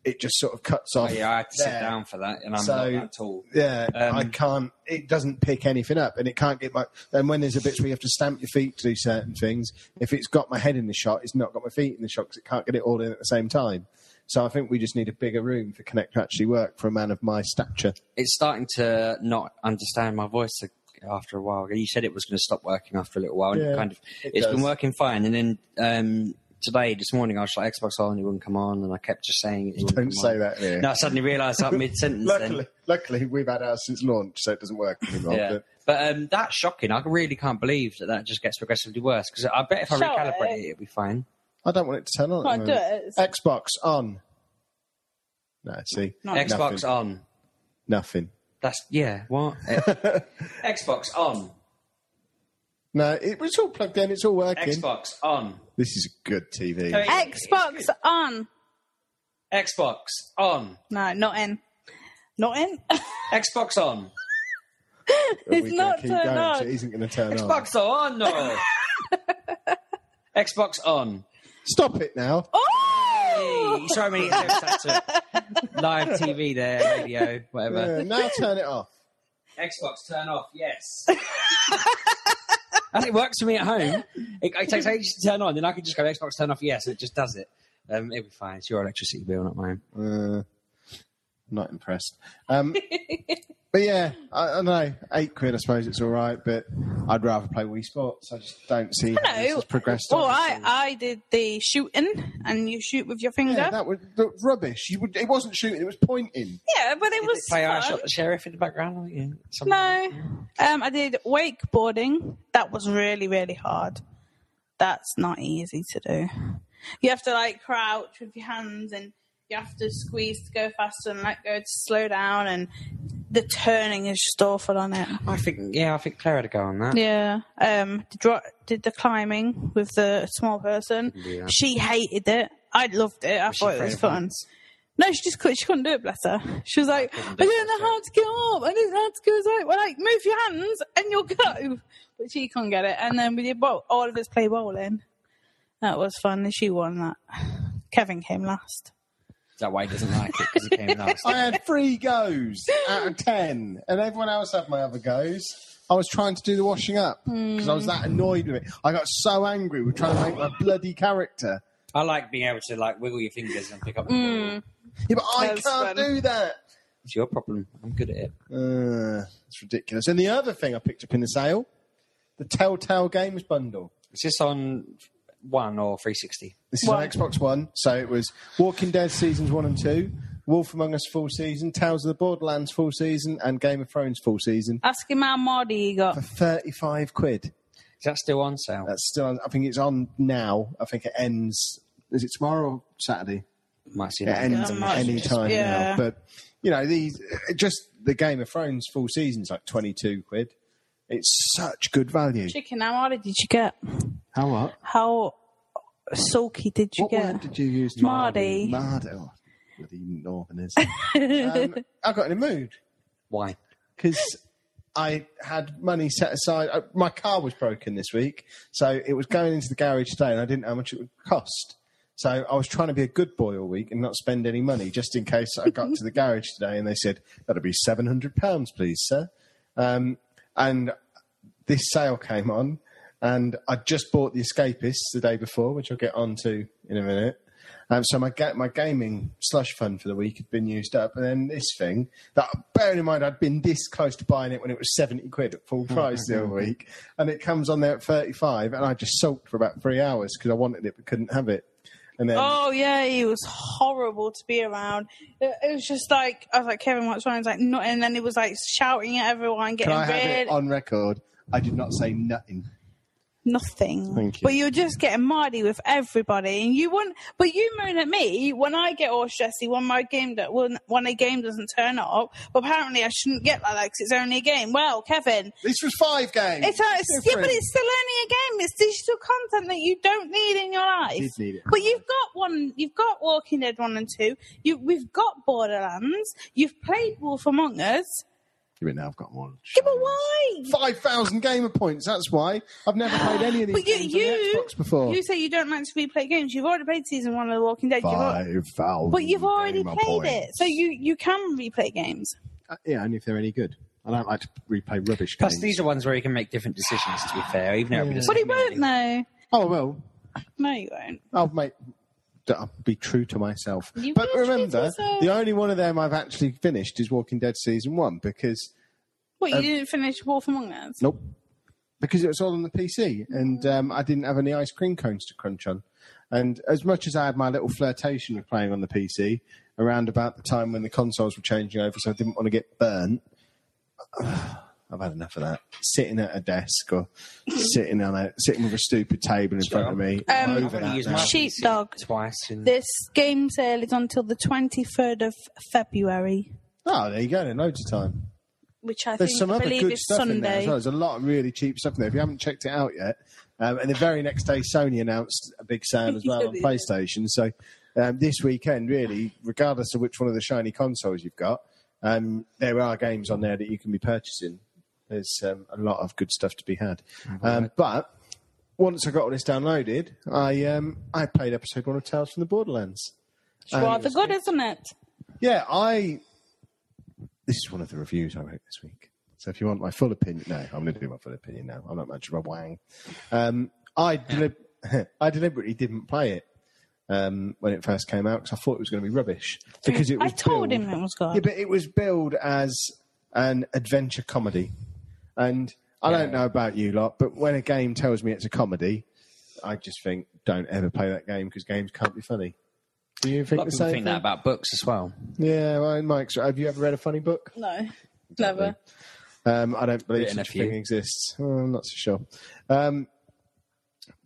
Speaker 1: it just sort of cuts off.
Speaker 2: Oh, yeah, I had to sit
Speaker 1: there.
Speaker 2: down for that, and I'm
Speaker 1: So-
Speaker 2: not that tall.
Speaker 1: Yeah,
Speaker 2: Um,
Speaker 1: I can't. It doesn't pick anything up, and it can't get my. And when there's a bit where you have to stamp your feet to do certain things, if it's got my head in the shot, it's not got my feet in the shot because it can't get it all in at the same time. So I think we just need a bigger room for Connect to actually work for a man of my stature.
Speaker 2: It's starting to not understand my voice a- after a while. You said it was going to stop working after a little while, and it
Speaker 1: Yeah,
Speaker 2: kind of
Speaker 1: it
Speaker 2: it's been
Speaker 1: does.
Speaker 2: working fine. And then um, today, this morning, I was like Xbox on, it wouldn't come on, and I kept just saying it. wouldn't
Speaker 1: Don't
Speaker 2: come
Speaker 1: say
Speaker 2: on.
Speaker 1: that here.
Speaker 2: No, I suddenly realised that mid sentence.
Speaker 1: luckily, luckily, we've had ours since launch, so it doesn't work anymore.
Speaker 2: Yeah.
Speaker 1: But
Speaker 2: But um, that's shocking. I really can't believe that that just gets progressively worse because I bet if I
Speaker 3: Shall
Speaker 2: recalibrate
Speaker 3: it?
Speaker 2: it, it'll be fine.
Speaker 1: I don't want it to turn on. at
Speaker 3: Can't
Speaker 1: the
Speaker 3: do
Speaker 1: moment.
Speaker 3: it. It's-
Speaker 1: Xbox on. No, see,
Speaker 3: No.
Speaker 2: Xbox
Speaker 1: Nothing.
Speaker 2: on.
Speaker 1: nothing.
Speaker 2: That's yeah. What? Xbox on.
Speaker 1: No, it, it's all plugged in. It's all working.
Speaker 2: Xbox on.
Speaker 1: This is a good TV.
Speaker 2: Hey.
Speaker 3: Xbox on.
Speaker 2: Xbox on.
Speaker 3: No, not in. Not in.
Speaker 2: Xbox on.
Speaker 1: But
Speaker 3: It's
Speaker 1: we can
Speaker 3: not
Speaker 1: keep
Speaker 3: turned
Speaker 1: going,
Speaker 3: on.
Speaker 1: So it isn't going to turn on.
Speaker 2: Xbox on. No. Xbox on.
Speaker 1: Stop it now.
Speaker 3: Oh!
Speaker 2: Hey, so many attempts at to- live TV there, radio, whatever.
Speaker 1: Yeah, Uh, now turn it off.
Speaker 2: Xbox turn off. Yes. As it works for me at home, it, it takes ages to turn on. Then I can just go Xbox turn off. Yes, and it just does it. Um, it'll be fine. It's your electricity bill, not mine.
Speaker 1: Uh, not impressed. Um, but yeah, I, I don't know. Eight quid, I suppose it's all right. But I'd rather play Wii Sports. I just don't see how this
Speaker 3: No.
Speaker 1: has progressed.
Speaker 3: Well,
Speaker 1: on.
Speaker 3: Oh, I, I did the shooting, and you shoot with your finger.
Speaker 1: yeah,
Speaker 3: Yeah,
Speaker 1: that was that was rubbish. You would, it wasn't shooting; it was pointing.
Speaker 3: but it
Speaker 2: Did
Speaker 3: was
Speaker 2: they play I
Speaker 3: fun.
Speaker 2: shot the sheriff in the background? Or, yeah, something like
Speaker 3: No, um, I did wakeboarding. That was really, really hard. That's not easy to do. You have to like crouch with your hands, and you have to squeeze to go faster, and let go to slow down, and the turning is just awful on it.
Speaker 2: that? I think yeah, I think Claire had a go on that.
Speaker 3: Yeah. Um. Did, ro- did the climbing with the small person?
Speaker 2: Yeah.
Speaker 3: She hated it. I loved it. I
Speaker 2: she
Speaker 3: thought it
Speaker 2: afraid
Speaker 3: was
Speaker 2: of
Speaker 3: fun. No, she just couldn't, she couldn't do it. Bless her. She was like, I
Speaker 2: couldn't do it
Speaker 3: don't know how to get up. I don't know how to go. Right. Well, like move your hands and you'll go. But she can't get it. And then we did bowl. All of us play bowling. That was fun. And she won that. Kevin came last.
Speaker 2: That way he doesn't like it because it came last.
Speaker 1: I had three goes out of ten, and everyone else had my other goes. I was trying to do the washing up because I was that
Speaker 3: Hmm.
Speaker 1: annoyed with it. I got so angry with trying to make my bloody character.
Speaker 2: I like being able to like wiggle your fingers and pick up. The
Speaker 3: Mm.
Speaker 2: ball.
Speaker 1: Yeah, but I
Speaker 3: That's
Speaker 1: can't
Speaker 3: fun.
Speaker 1: do that.
Speaker 2: It's your problem. I'm good at it.
Speaker 1: Uh, it's ridiculous. And the other thing I picked up in the sale, the Telltale Games bundle.
Speaker 2: Is this on one or 360?
Speaker 1: This is
Speaker 3: One.
Speaker 1: on Xbox One, so it was Walking Dead seasons one and two, Wolf Among Us full season, Tales of the Borderlands full season, and Game of Thrones full season
Speaker 3: Ask him how Mardy he got.
Speaker 1: for thirty-five quid.
Speaker 2: Is that still on sale?
Speaker 1: That's still. on- I think it's on now. I think it ends. Is it tomorrow or Saturday?
Speaker 2: Might see
Speaker 1: It
Speaker 2: that.
Speaker 1: ends
Speaker 3: Yeah,
Speaker 1: at
Speaker 3: might
Speaker 1: any
Speaker 3: just-
Speaker 1: time
Speaker 3: yeah.
Speaker 1: now. But you know, these just the Game of Thrones full season's like twenty-two quid. It's such good value.
Speaker 3: Chicken, how hard did you get?
Speaker 1: How what?
Speaker 3: How sulky did you
Speaker 1: What
Speaker 3: get?
Speaker 1: word did you use?
Speaker 3: Mardy.
Speaker 1: Mardy. Oh, bloody Northerners. um, I got in a mood
Speaker 2: Why?
Speaker 1: because I had money set aside. Uh, my car was broken this week, so it was going into the garage today, and I didn't know how much it would cost. So I was trying to be a good boy all week and not spend any money, just in case I got to the garage today and they said that'll be seven hundred pounds, please, sir. Um, and this sale came on, and I just bought the Escapists the day before, which I'll get onto in a minute. Um, so my ga- my gaming slush fund for the week had been used up, and then this thing that, bearing in mind, I'd been this close to buying it when it was seventy quid at full price the other week, and it comes on there at thirty five, and I just sulked for about three hours because I wanted it but couldn't have it, and then
Speaker 3: Oh yeah, he was horrible to be around. It, it was just like I was like Kevin, what's wrong? He's like nothing. And then he was like shouting at
Speaker 1: can
Speaker 3: everyone, getting
Speaker 1: I have
Speaker 3: rid
Speaker 1: it on record? I did not say nothing.
Speaker 3: nothing.
Speaker 1: Thank you.
Speaker 3: But you're just getting mardy with everybody, and you want. But you moan at me when I get all stressy when my game that when when a game doesn't turn up. But apparently I shouldn't get like that 'cause it's only a game. Well, Kevin,
Speaker 1: This was five games.
Speaker 3: it's, uh, it's yeah, but
Speaker 1: Different.
Speaker 3: it's still only a game. It's digital content that you don't need in your life.
Speaker 1: Did need it.
Speaker 3: But you've got one. You've got Walking Dead one and two. You, we've got Borderlands. You've played Wolf Among Us.
Speaker 1: Give it now. I've got one.
Speaker 3: Give but why?
Speaker 1: Five thousand gamer points. That's why I've never played any of these
Speaker 3: But you,
Speaker 1: games on the
Speaker 3: you,
Speaker 1: Xbox before.
Speaker 3: you say you don't like to replay games. You've already played season one of The Walking Dead. You've al-
Speaker 1: thousand.
Speaker 3: but you've already played it, so you you can replay games.
Speaker 1: Uh, yeah, only if they're any good. I don't like to replay rubbish
Speaker 2: Plus,
Speaker 1: games.
Speaker 2: these are ones where you can make different decisions. To be fair, even though it'll be the
Speaker 3: But it
Speaker 2: same
Speaker 3: won't
Speaker 2: thing.
Speaker 3: though.
Speaker 1: Oh well,
Speaker 3: No, you won't.
Speaker 1: I'll make. I'll be true to myself.
Speaker 3: You
Speaker 1: but
Speaker 3: are true to
Speaker 1: remember,
Speaker 3: yourself.
Speaker 1: the only one of them I've actually finished is Walking Dead season one because
Speaker 3: What you
Speaker 1: Uh,
Speaker 3: didn't finish Wolf Among Us?
Speaker 1: nope, because it was all on the PC and um, I didn't have any ice cream cones to crunch on. And as much as I had my little flirtation with playing on the PC around about the time when the consoles were changing over, so I didn't want to get burnt. I've had enough of that. Sitting at a desk or sitting on a sitting with a stupid table in front of me.
Speaker 3: Um,
Speaker 1: I'm
Speaker 2: I've
Speaker 1: over
Speaker 2: only
Speaker 1: that
Speaker 2: used
Speaker 1: now.
Speaker 2: my
Speaker 3: Sheepdog.
Speaker 2: PC twice. And
Speaker 3: This game sale is until the twenty third of February,
Speaker 1: Oh, there you go. Then loads of time.
Speaker 3: which I
Speaker 1: There's
Speaker 3: think
Speaker 1: some
Speaker 3: I
Speaker 1: other
Speaker 3: believe
Speaker 1: good
Speaker 3: is
Speaker 1: stuff in there
Speaker 3: Sunday.
Speaker 1: as well. There's a lot of really cheap stuff in there. If you haven't checked it out yet, um, and the very next day Sony announced a big sale as well on
Speaker 3: Yeah.
Speaker 1: PlayStation. So um, this weekend, really, regardless of which one of the shiny consoles you've got, um, there are games on there that you can be purchasing. There's um, a lot of good stuff to be had. Um, but once I got all this downloaded, I um, I played episode one of Tales from the Borderlands.
Speaker 3: It's rather good, isn't it?
Speaker 1: Yeah, I. This is one of the reviews I wrote this week. So if you want my full opinion, no, I'm going to do my full opinion now. I'm not much of a wang. Um, I delib- I deliberately didn't play it um, when it first came out because I thought it was going to be rubbish because it
Speaker 3: I
Speaker 1: was.
Speaker 3: told
Speaker 1: billed-
Speaker 3: him it was good.
Speaker 1: Yeah, but it was billed as an adventure comedy, and I don't know about you lot, but when a game tells me it's a comedy, I just think don't ever play that game because games can't be funny. Do you
Speaker 2: a
Speaker 1: think
Speaker 2: lot
Speaker 1: the
Speaker 2: of
Speaker 1: same
Speaker 2: people
Speaker 1: thing?
Speaker 2: think that about books as well.
Speaker 1: Yeah, well, Mike's. Have you ever read a funny book?
Speaker 3: No, never.
Speaker 1: Um, I don't believe
Speaker 2: Written a
Speaker 1: such a thing
Speaker 2: few.
Speaker 1: exists. Oh, I'm not so sure. Um,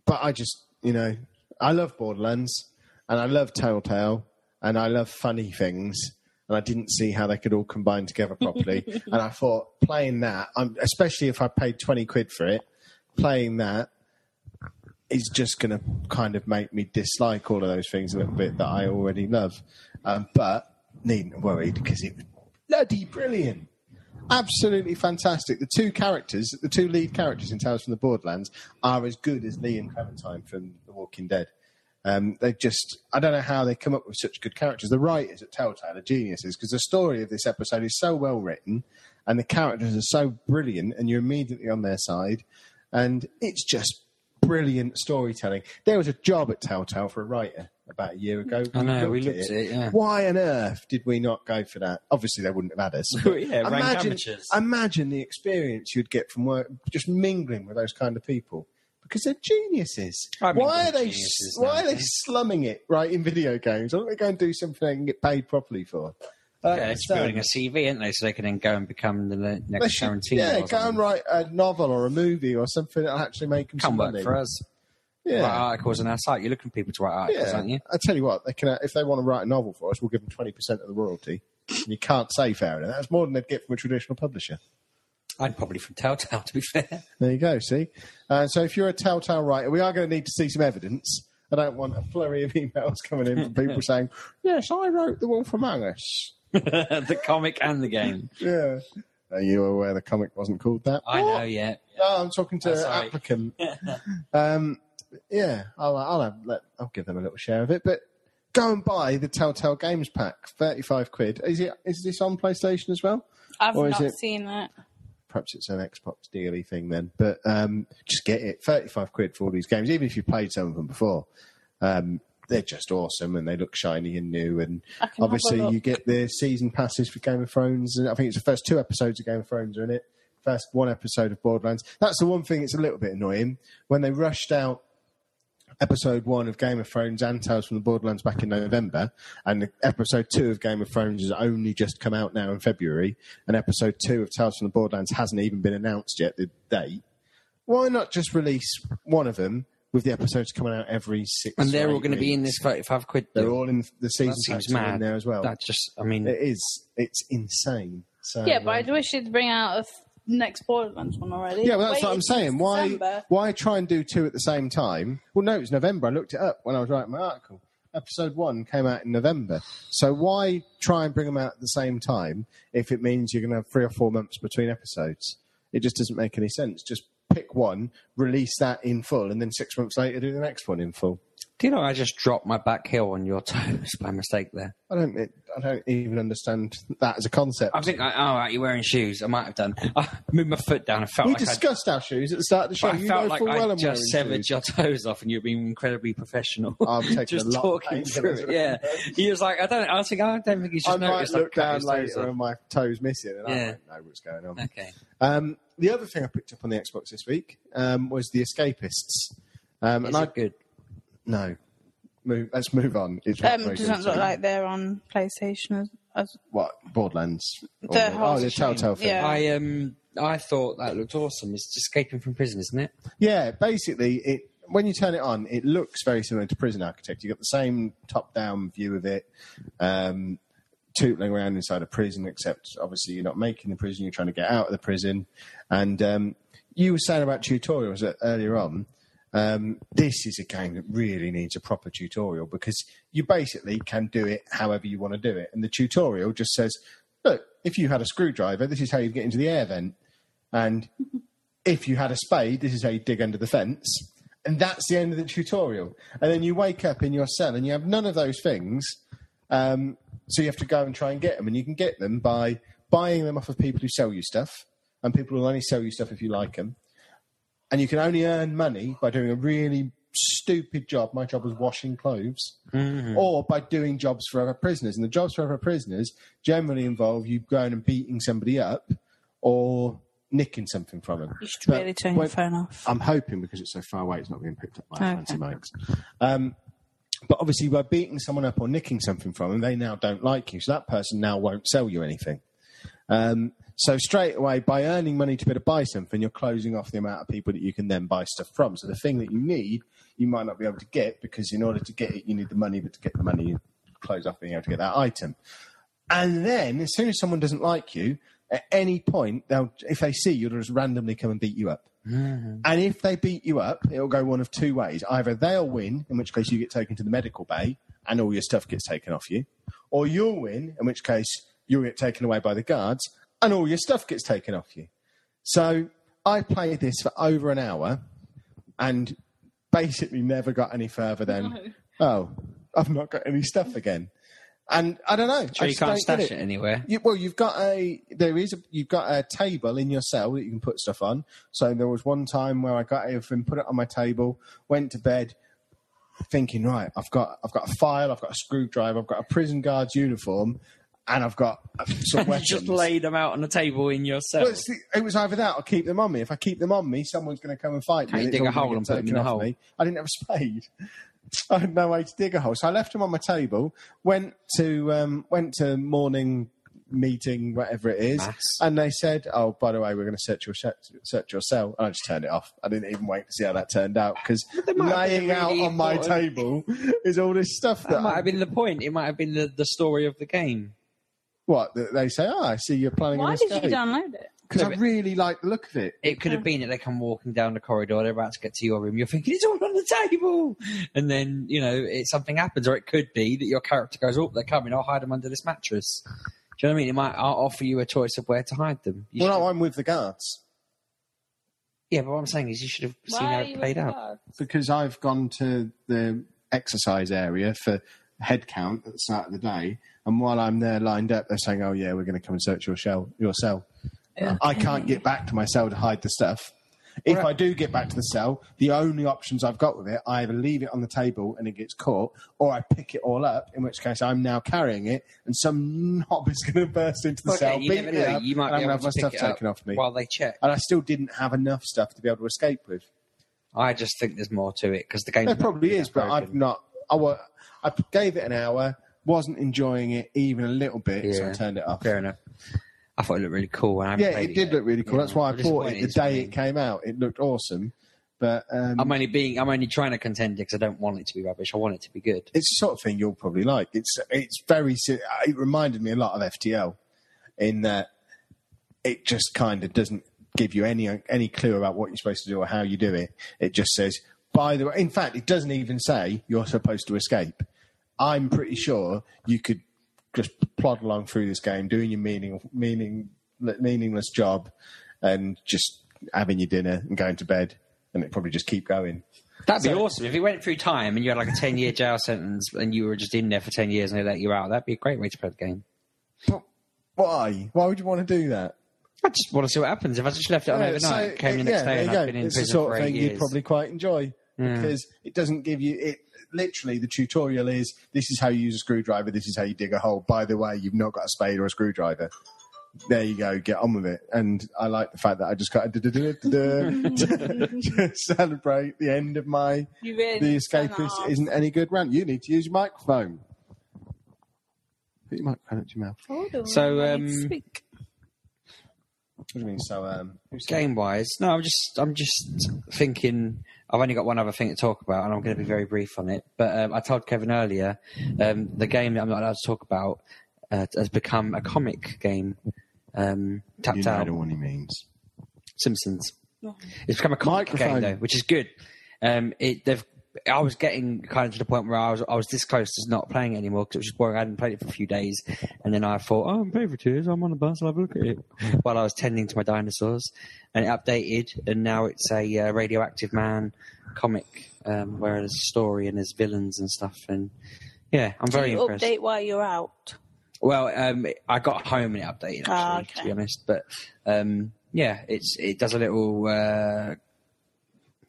Speaker 1: but I just, you know, I love Borderlands and I love Telltale and I love funny things. And I didn't see how they could all combine together properly. and I thought playing that, um, especially if I paid 20 quid for it, playing that is just going to kind of make me dislike all of those things a little bit that I already love. Um, but needn't worry because it was bloody brilliant. Absolutely fantastic. The two characters, the two lead characters in Tales from the Borderlands, are as good as Lee and Clementine from The Walking Dead. Um, they just, I don't know how they come up with such good characters. The writers at Telltale are geniuses because the story of this episode is so well written and the characters are so brilliant and you're immediately on their side. And it's just brilliant storytelling. There was a job at Telltale for a writer about a year ago.
Speaker 2: I know, we looked at it, yeah.
Speaker 1: Why on earth did we not go for that? Obviously, they wouldn't have had us.
Speaker 2: Yeah, ranked
Speaker 1: imagine,
Speaker 2: amateurs.
Speaker 1: imagine the experience you'd get from work, just mingling with those kind of people. Because they're geniuses.
Speaker 2: I mingle
Speaker 1: Why are
Speaker 2: with
Speaker 1: they?
Speaker 2: geniuses
Speaker 1: why are they
Speaker 2: nowadays.
Speaker 1: slumming it right in video games? Why don't they go and do something they can get paid properly for? Uh, I don't
Speaker 2: Yeah, it's
Speaker 1: understand.
Speaker 2: building a CV, aren't they? So they can then go and become the le-
Speaker 1: They
Speaker 2: next
Speaker 1: should-
Speaker 2: Tarantino.
Speaker 1: yeah,
Speaker 2: or
Speaker 1: go and
Speaker 2: something.
Speaker 1: write a novel or a movie or something that'll actually make them some
Speaker 2: Come work
Speaker 1: money.
Speaker 2: for us.
Speaker 1: Yeah.
Speaker 2: Write articles on our site. You're looking for people to write articles,
Speaker 1: Yeah,
Speaker 2: aren't you?
Speaker 1: I tell you what, they can, uh, if they want to write a novel for us, we'll give them twenty percent of the royalty. And you can't say fair enough. That's more than they'd get from a traditional publisher.
Speaker 2: I'd probably from Telltale, to be fair.
Speaker 1: There you go. See, uh, so if you're a telltale writer, we are going to need to see some evidence. I don't want a flurry of emails coming in from people saying, "Yes, I wrote The Wolf Among Us."
Speaker 2: the comic and the game.
Speaker 1: Yeah, are you aware the comic wasn't called that?
Speaker 2: I
Speaker 1: What?
Speaker 2: know, yeah.
Speaker 1: No, I'm talking to
Speaker 2: Oh,
Speaker 1: an
Speaker 2: sorry.
Speaker 1: applicant. um, yeah, I'll I'll have, let, I'll give them a little share of it, but. Go and buy the Telltale Games Pack, thirty-five quid. Is it? Is this on PlayStation as well?
Speaker 3: I've
Speaker 1: Or is
Speaker 3: not
Speaker 1: it-
Speaker 3: seen that.
Speaker 1: perhaps it's an Xbox daily thing then, but um, just get it. 35 quid for all these games, even if you've played some of them before. Um, they're just awesome and they look shiny and new. And
Speaker 3: I can have a
Speaker 1: obviously,
Speaker 3: look.
Speaker 1: you get the season passes for Game of Thrones. And I think it's the first two episodes of Game of Thrones are in it. First one episode of Borderlands. That's the one thing that's a little bit annoying. When they rushed out episode one of Game of Thrones and Tales from the Borderlands back in November, and the episode two of Game of Thrones has only just come out now in February, and episode two of Tales from the Borderlands hasn't even been announced yet, the date. Why not just release one of them with the episodes coming out every six?
Speaker 2: And they're
Speaker 1: or
Speaker 2: all
Speaker 1: eight
Speaker 2: going to be in
Speaker 1: weeks?
Speaker 2: this 35 quid
Speaker 1: They're
Speaker 2: deal.
Speaker 1: all in the season
Speaker 2: that seems
Speaker 1: packs are in
Speaker 2: mad.
Speaker 1: there as well.
Speaker 2: That just, I mean,
Speaker 1: It is. It's insane. So
Speaker 3: Yeah, but I
Speaker 1: um,
Speaker 3: would wish they'd bring out a f- next Borderlands one already.
Speaker 1: Yeah, well, that's what
Speaker 3: Waited
Speaker 1: I'm saying.
Speaker 3: since
Speaker 1: Why
Speaker 3: December.
Speaker 1: why try and do two at the same time? Well, no, it's November. I looked it up when I was writing my article. Episode one came out in November. So why try and bring them out at the same time if it means you're going to have three or four months between episodes? It just doesn't make any sense. Just pick one, release that in full, and then six months later do the next one in full.
Speaker 2: do you know I just dropped my back heel on your toes by mistake there?
Speaker 1: I don't. It, I don't even understand that as a concept.
Speaker 2: I think, I, oh, right, you're wearing shoes. I might have done. I moved my foot down. I felt
Speaker 1: we
Speaker 2: like I
Speaker 1: discussed our shoes at the start of the show.
Speaker 2: I
Speaker 1: you
Speaker 2: felt
Speaker 1: know
Speaker 2: like
Speaker 1: full well
Speaker 2: I
Speaker 1: I'm
Speaker 2: just
Speaker 1: wearing
Speaker 2: severed
Speaker 1: shoes.
Speaker 2: your toes off, and you've been incredibly professional.
Speaker 1: I'm taking
Speaker 2: just
Speaker 1: a lot of
Speaker 2: talking
Speaker 1: painkillers
Speaker 2: through it.
Speaker 1: at the
Speaker 2: Yeah, he was like, I don't. I was like, I don't think he's just
Speaker 1: I might
Speaker 2: noticed. I've
Speaker 1: look
Speaker 2: cut
Speaker 1: down
Speaker 2: his toes
Speaker 1: later
Speaker 2: off.
Speaker 1: and my toes missing, and I
Speaker 2: Yeah.
Speaker 1: don't know what's going on.
Speaker 2: Okay.
Speaker 1: Um, the other thing I picked up on the Xbox this week um, was the Escapists, um,
Speaker 2: Is
Speaker 1: and I
Speaker 2: it good?
Speaker 1: no. Move, let's move on. It's not
Speaker 3: Um,
Speaker 1: very
Speaker 3: doesn't
Speaker 1: good,
Speaker 3: look
Speaker 1: so-
Speaker 3: like they're on PlayStation. As, as,
Speaker 1: what Borderlands. Or-
Speaker 3: The whole
Speaker 1: oh, the
Speaker 3: shame,
Speaker 1: Telltale thing.
Speaker 3: yeah.
Speaker 2: I um, I thought that looked awesome. It's escaping from prison, isn't it?
Speaker 1: Yeah, basically, it when you turn it on, it looks very similar to Prison Architect. You've got the same top-down view of it, um, tootling around inside a prison, except obviously you're not making the prison, you're trying to get out of the prison. And um, you were saying about tutorials e- earlier on. Um, this is a game that really needs a proper tutorial because you basically can do it however you want to do it. And the tutorial just says, look, if you had a screwdriver, this is how you'd get into the air vent. And if you had a spade, this is how you dig under the fence. And that's the end of the tutorial. And then you wake up in your cell and you have none of those things. Um, so you have to go and try and get them. And you can get them by buying them off of people who sell you stuff. And people will only sell you stuff if you like them. And you can only earn money by doing a really stupid job. My job was washing clothes. Or by doing jobs for other prisoners. And the jobs for other prisoners generally involve you going and beating somebody up or nicking something from them.
Speaker 3: you should
Speaker 1: But
Speaker 3: really turn
Speaker 1: when-
Speaker 3: your phone off.
Speaker 1: I'm hoping because it's so far away, it's not being picked up by
Speaker 3: Okay.
Speaker 1: fancy mics. Um, but obviously, by beating someone up or nicking something from them, they now don't like you. So that person now won't sell you anything. Um, so straight away, by earning money to be able to buy something, you're closing off the amount of people that you can then buy stuff from. So the thing that you need, you might not be able to get because in order to get it, you need the money. But to get the money, you close off being able to get that item. And then, as soon as someone doesn't like you, at any point, they'll if they see you, they'll just randomly come and beat you up. And if they beat you up, it'll go one of two ways. Either they'll win, in which case you get taken to the medical bay and all your stuff gets taken off you, or you'll win, in which case you'll get taken away by the guards and all your stuff gets taken off you. So I played this for over an hour and basically never got any further than, oh, I've not got any stuff again. And I don't know.
Speaker 2: So
Speaker 1: I
Speaker 2: you
Speaker 1: just
Speaker 2: can't
Speaker 1: don't get
Speaker 2: stash
Speaker 1: it.
Speaker 2: it anywhere.
Speaker 1: You, well, you've got a there is a, you've got a table in your cell that you can put stuff on. So there was one time where I got everything, put it on my table, went to bed, thinking, right, I've got I've got a file, I've got a screwdriver, I've got a prison guard's uniform, and I've got some
Speaker 2: You
Speaker 1: weapons.
Speaker 2: just laid them out on the table in your cell.
Speaker 1: Well, it's the- it was either that or keep them on me. If I keep them on me, someone's going to come and fight
Speaker 2: Can't
Speaker 1: me.
Speaker 2: you
Speaker 1: It's
Speaker 2: dig a
Speaker 1: all gonna
Speaker 2: hole
Speaker 1: get
Speaker 2: and put them
Speaker 1: taken
Speaker 2: in the
Speaker 1: off
Speaker 2: hole?
Speaker 1: me. I didn't have a spade. I had no way to dig a hole, so I left them on my table. Went to um, went to morning meeting, whatever it is,
Speaker 2: Mass.
Speaker 1: and they said, "Oh, by the way, we're going to search your sh- search your cell." And I just turned it off. I didn't even wait to see how that turned out because
Speaker 2: might have been
Speaker 1: laying out
Speaker 2: really
Speaker 1: on my
Speaker 2: important.
Speaker 1: table is all this stuff that,
Speaker 2: that might
Speaker 1: I-
Speaker 2: have been the point. It might have been the, the story of the game.
Speaker 1: what that they say. Oh, I see you're planning.
Speaker 3: Why
Speaker 1: an
Speaker 3: did you
Speaker 1: escape."
Speaker 3: download it?
Speaker 1: because
Speaker 2: No,
Speaker 1: I
Speaker 2: but-
Speaker 1: really like the look of it.
Speaker 2: It could have been that they come walking down the corridor, they're about to get to your room, you're thinking it's all on the table, and then you know it, something happens, or it could be that your character goes, "Oh, they're coming! I'll hide them under this mattress." Do you know what I mean? It might i offer you a choice of where to hide them. You
Speaker 1: Well,
Speaker 2: should-
Speaker 1: no, I'm with the guards
Speaker 2: yeah, but what I'm saying is you should have seen
Speaker 3: Why
Speaker 2: how
Speaker 3: are
Speaker 2: it
Speaker 3: you
Speaker 2: played
Speaker 3: with
Speaker 2: out.
Speaker 3: her?
Speaker 1: because I've gone to the exercise area for head count at the start of the day, and while I'm there lined up, they're saying, "Oh yeah, we're going to come and search your shell, your cell." I can't get back to my cell to hide the stuff. If I do get back to the cell, the only options I've got with it, I either leave it on the table and it gets caught, or I pick it all up, in which case I'm now carrying it, and some knob is going to burst into the
Speaker 2: Okay,
Speaker 1: cell,
Speaker 2: you
Speaker 1: beat
Speaker 2: never
Speaker 1: me
Speaker 2: know.
Speaker 1: up,
Speaker 2: You might
Speaker 1: and
Speaker 2: be
Speaker 1: I'm
Speaker 2: able
Speaker 1: going to have
Speaker 2: to
Speaker 1: my
Speaker 2: pick
Speaker 1: stuff
Speaker 2: it up
Speaker 1: taken off me.
Speaker 2: while they check.
Speaker 1: and I still didn't have enough stuff to be able to escape with.
Speaker 2: I just think there's more to it because the game
Speaker 1: There probably is, but I've not. I, wa- I gave it an hour, wasn't enjoying it even a little bit, so I
Speaker 2: Yeah.
Speaker 1: turned it off.
Speaker 2: Fair enough. I thought it looked really cool. and I haven't
Speaker 1: Yeah,
Speaker 2: played
Speaker 1: it did
Speaker 2: yet.
Speaker 1: look really cool.
Speaker 2: Yeah,
Speaker 1: That's why I
Speaker 2: I'm
Speaker 1: bought it the
Speaker 2: disappointed it's
Speaker 1: day
Speaker 2: been-
Speaker 1: it came out. It looked awesome, but um,
Speaker 2: I'm only being. I'm only trying to contend because I don't want it to be rubbish. I want it to be good.
Speaker 1: it's the sort of thing you'll probably like. It's it's very. si- It reminded me a lot of FTL, in that it just kind of doesn't give you any any clue about what you're supposed to do or how you do it. It just says, by the way. In fact, it doesn't even say you're supposed to escape. I'm pretty sure you could just plod along through this game, doing your meaning meaning meaningless job, and just having your dinner and going to bed, and it probably just keep going.
Speaker 2: That'd be
Speaker 1: So-
Speaker 2: awesome if it went through time and you had like a ten year jail sentence and you were just in there for ten years and they let you out. That'd be a great way to play the game.
Speaker 1: Why? Why would you want to do that?
Speaker 2: I just want to see what happens if I just left it on
Speaker 1: Yeah,
Speaker 2: overnight,
Speaker 1: so, eh,
Speaker 2: came the
Speaker 1: yeah,
Speaker 2: next
Speaker 1: there
Speaker 2: day, and
Speaker 1: you
Speaker 2: I've
Speaker 1: go.
Speaker 2: been in
Speaker 1: it's
Speaker 2: prison
Speaker 1: the sort
Speaker 2: for
Speaker 1: of
Speaker 2: eight
Speaker 1: thing
Speaker 2: years.
Speaker 1: you'd probably quite enjoy because it doesn't give you it. Literally, the tutorial is: this is how you use a screwdriver. This is how you dig a hole. By the way, you've not got a spade or a screwdriver. There you go. Get on with it. And I like the fact that I just got to to celebrate the end of my
Speaker 3: You really
Speaker 1: the
Speaker 3: turn that
Speaker 1: escapist
Speaker 3: off.
Speaker 1: isn't any good rant. You need to use your microphone. Put your microphone up to your mouth. What
Speaker 3: Hold on,
Speaker 2: So,
Speaker 3: I need to
Speaker 2: um,
Speaker 3: speak.
Speaker 1: do you mean? So um, who said-
Speaker 2: game wise, no, I'm just I'm just thinking. I've only got one other thing to talk about, and I'm going to be very brief on it. But um, I told Kevin earlier, um, the game that I'm not allowed to talk about uh, has become a comic game. Um, tapped
Speaker 1: you know
Speaker 2: out
Speaker 1: the one he means.
Speaker 2: Simpsons.
Speaker 3: Yeah.
Speaker 2: It's become a comic
Speaker 1: Microphone.
Speaker 2: game though, which is good. Um, it they've. I was getting kind of to the point where I was I was this close to not playing it anymore because it was just boring. I hadn't played it for a few days, and then I thought, oh, I'm playing for two years. I'm on the bus. I'll have a look at it while I was tending to my dinosaurs, and it updated, and now it's a uh, radioactive man comic um, where there's a story and there's villains and stuff, and yeah, I'm very
Speaker 3: you
Speaker 2: impressed.
Speaker 3: update while you're out.
Speaker 2: Well, um, I got home and it updated actually,
Speaker 3: Ah,
Speaker 2: to
Speaker 3: okay.
Speaker 2: be honest. But um, yeah, it's it does a little. Uh,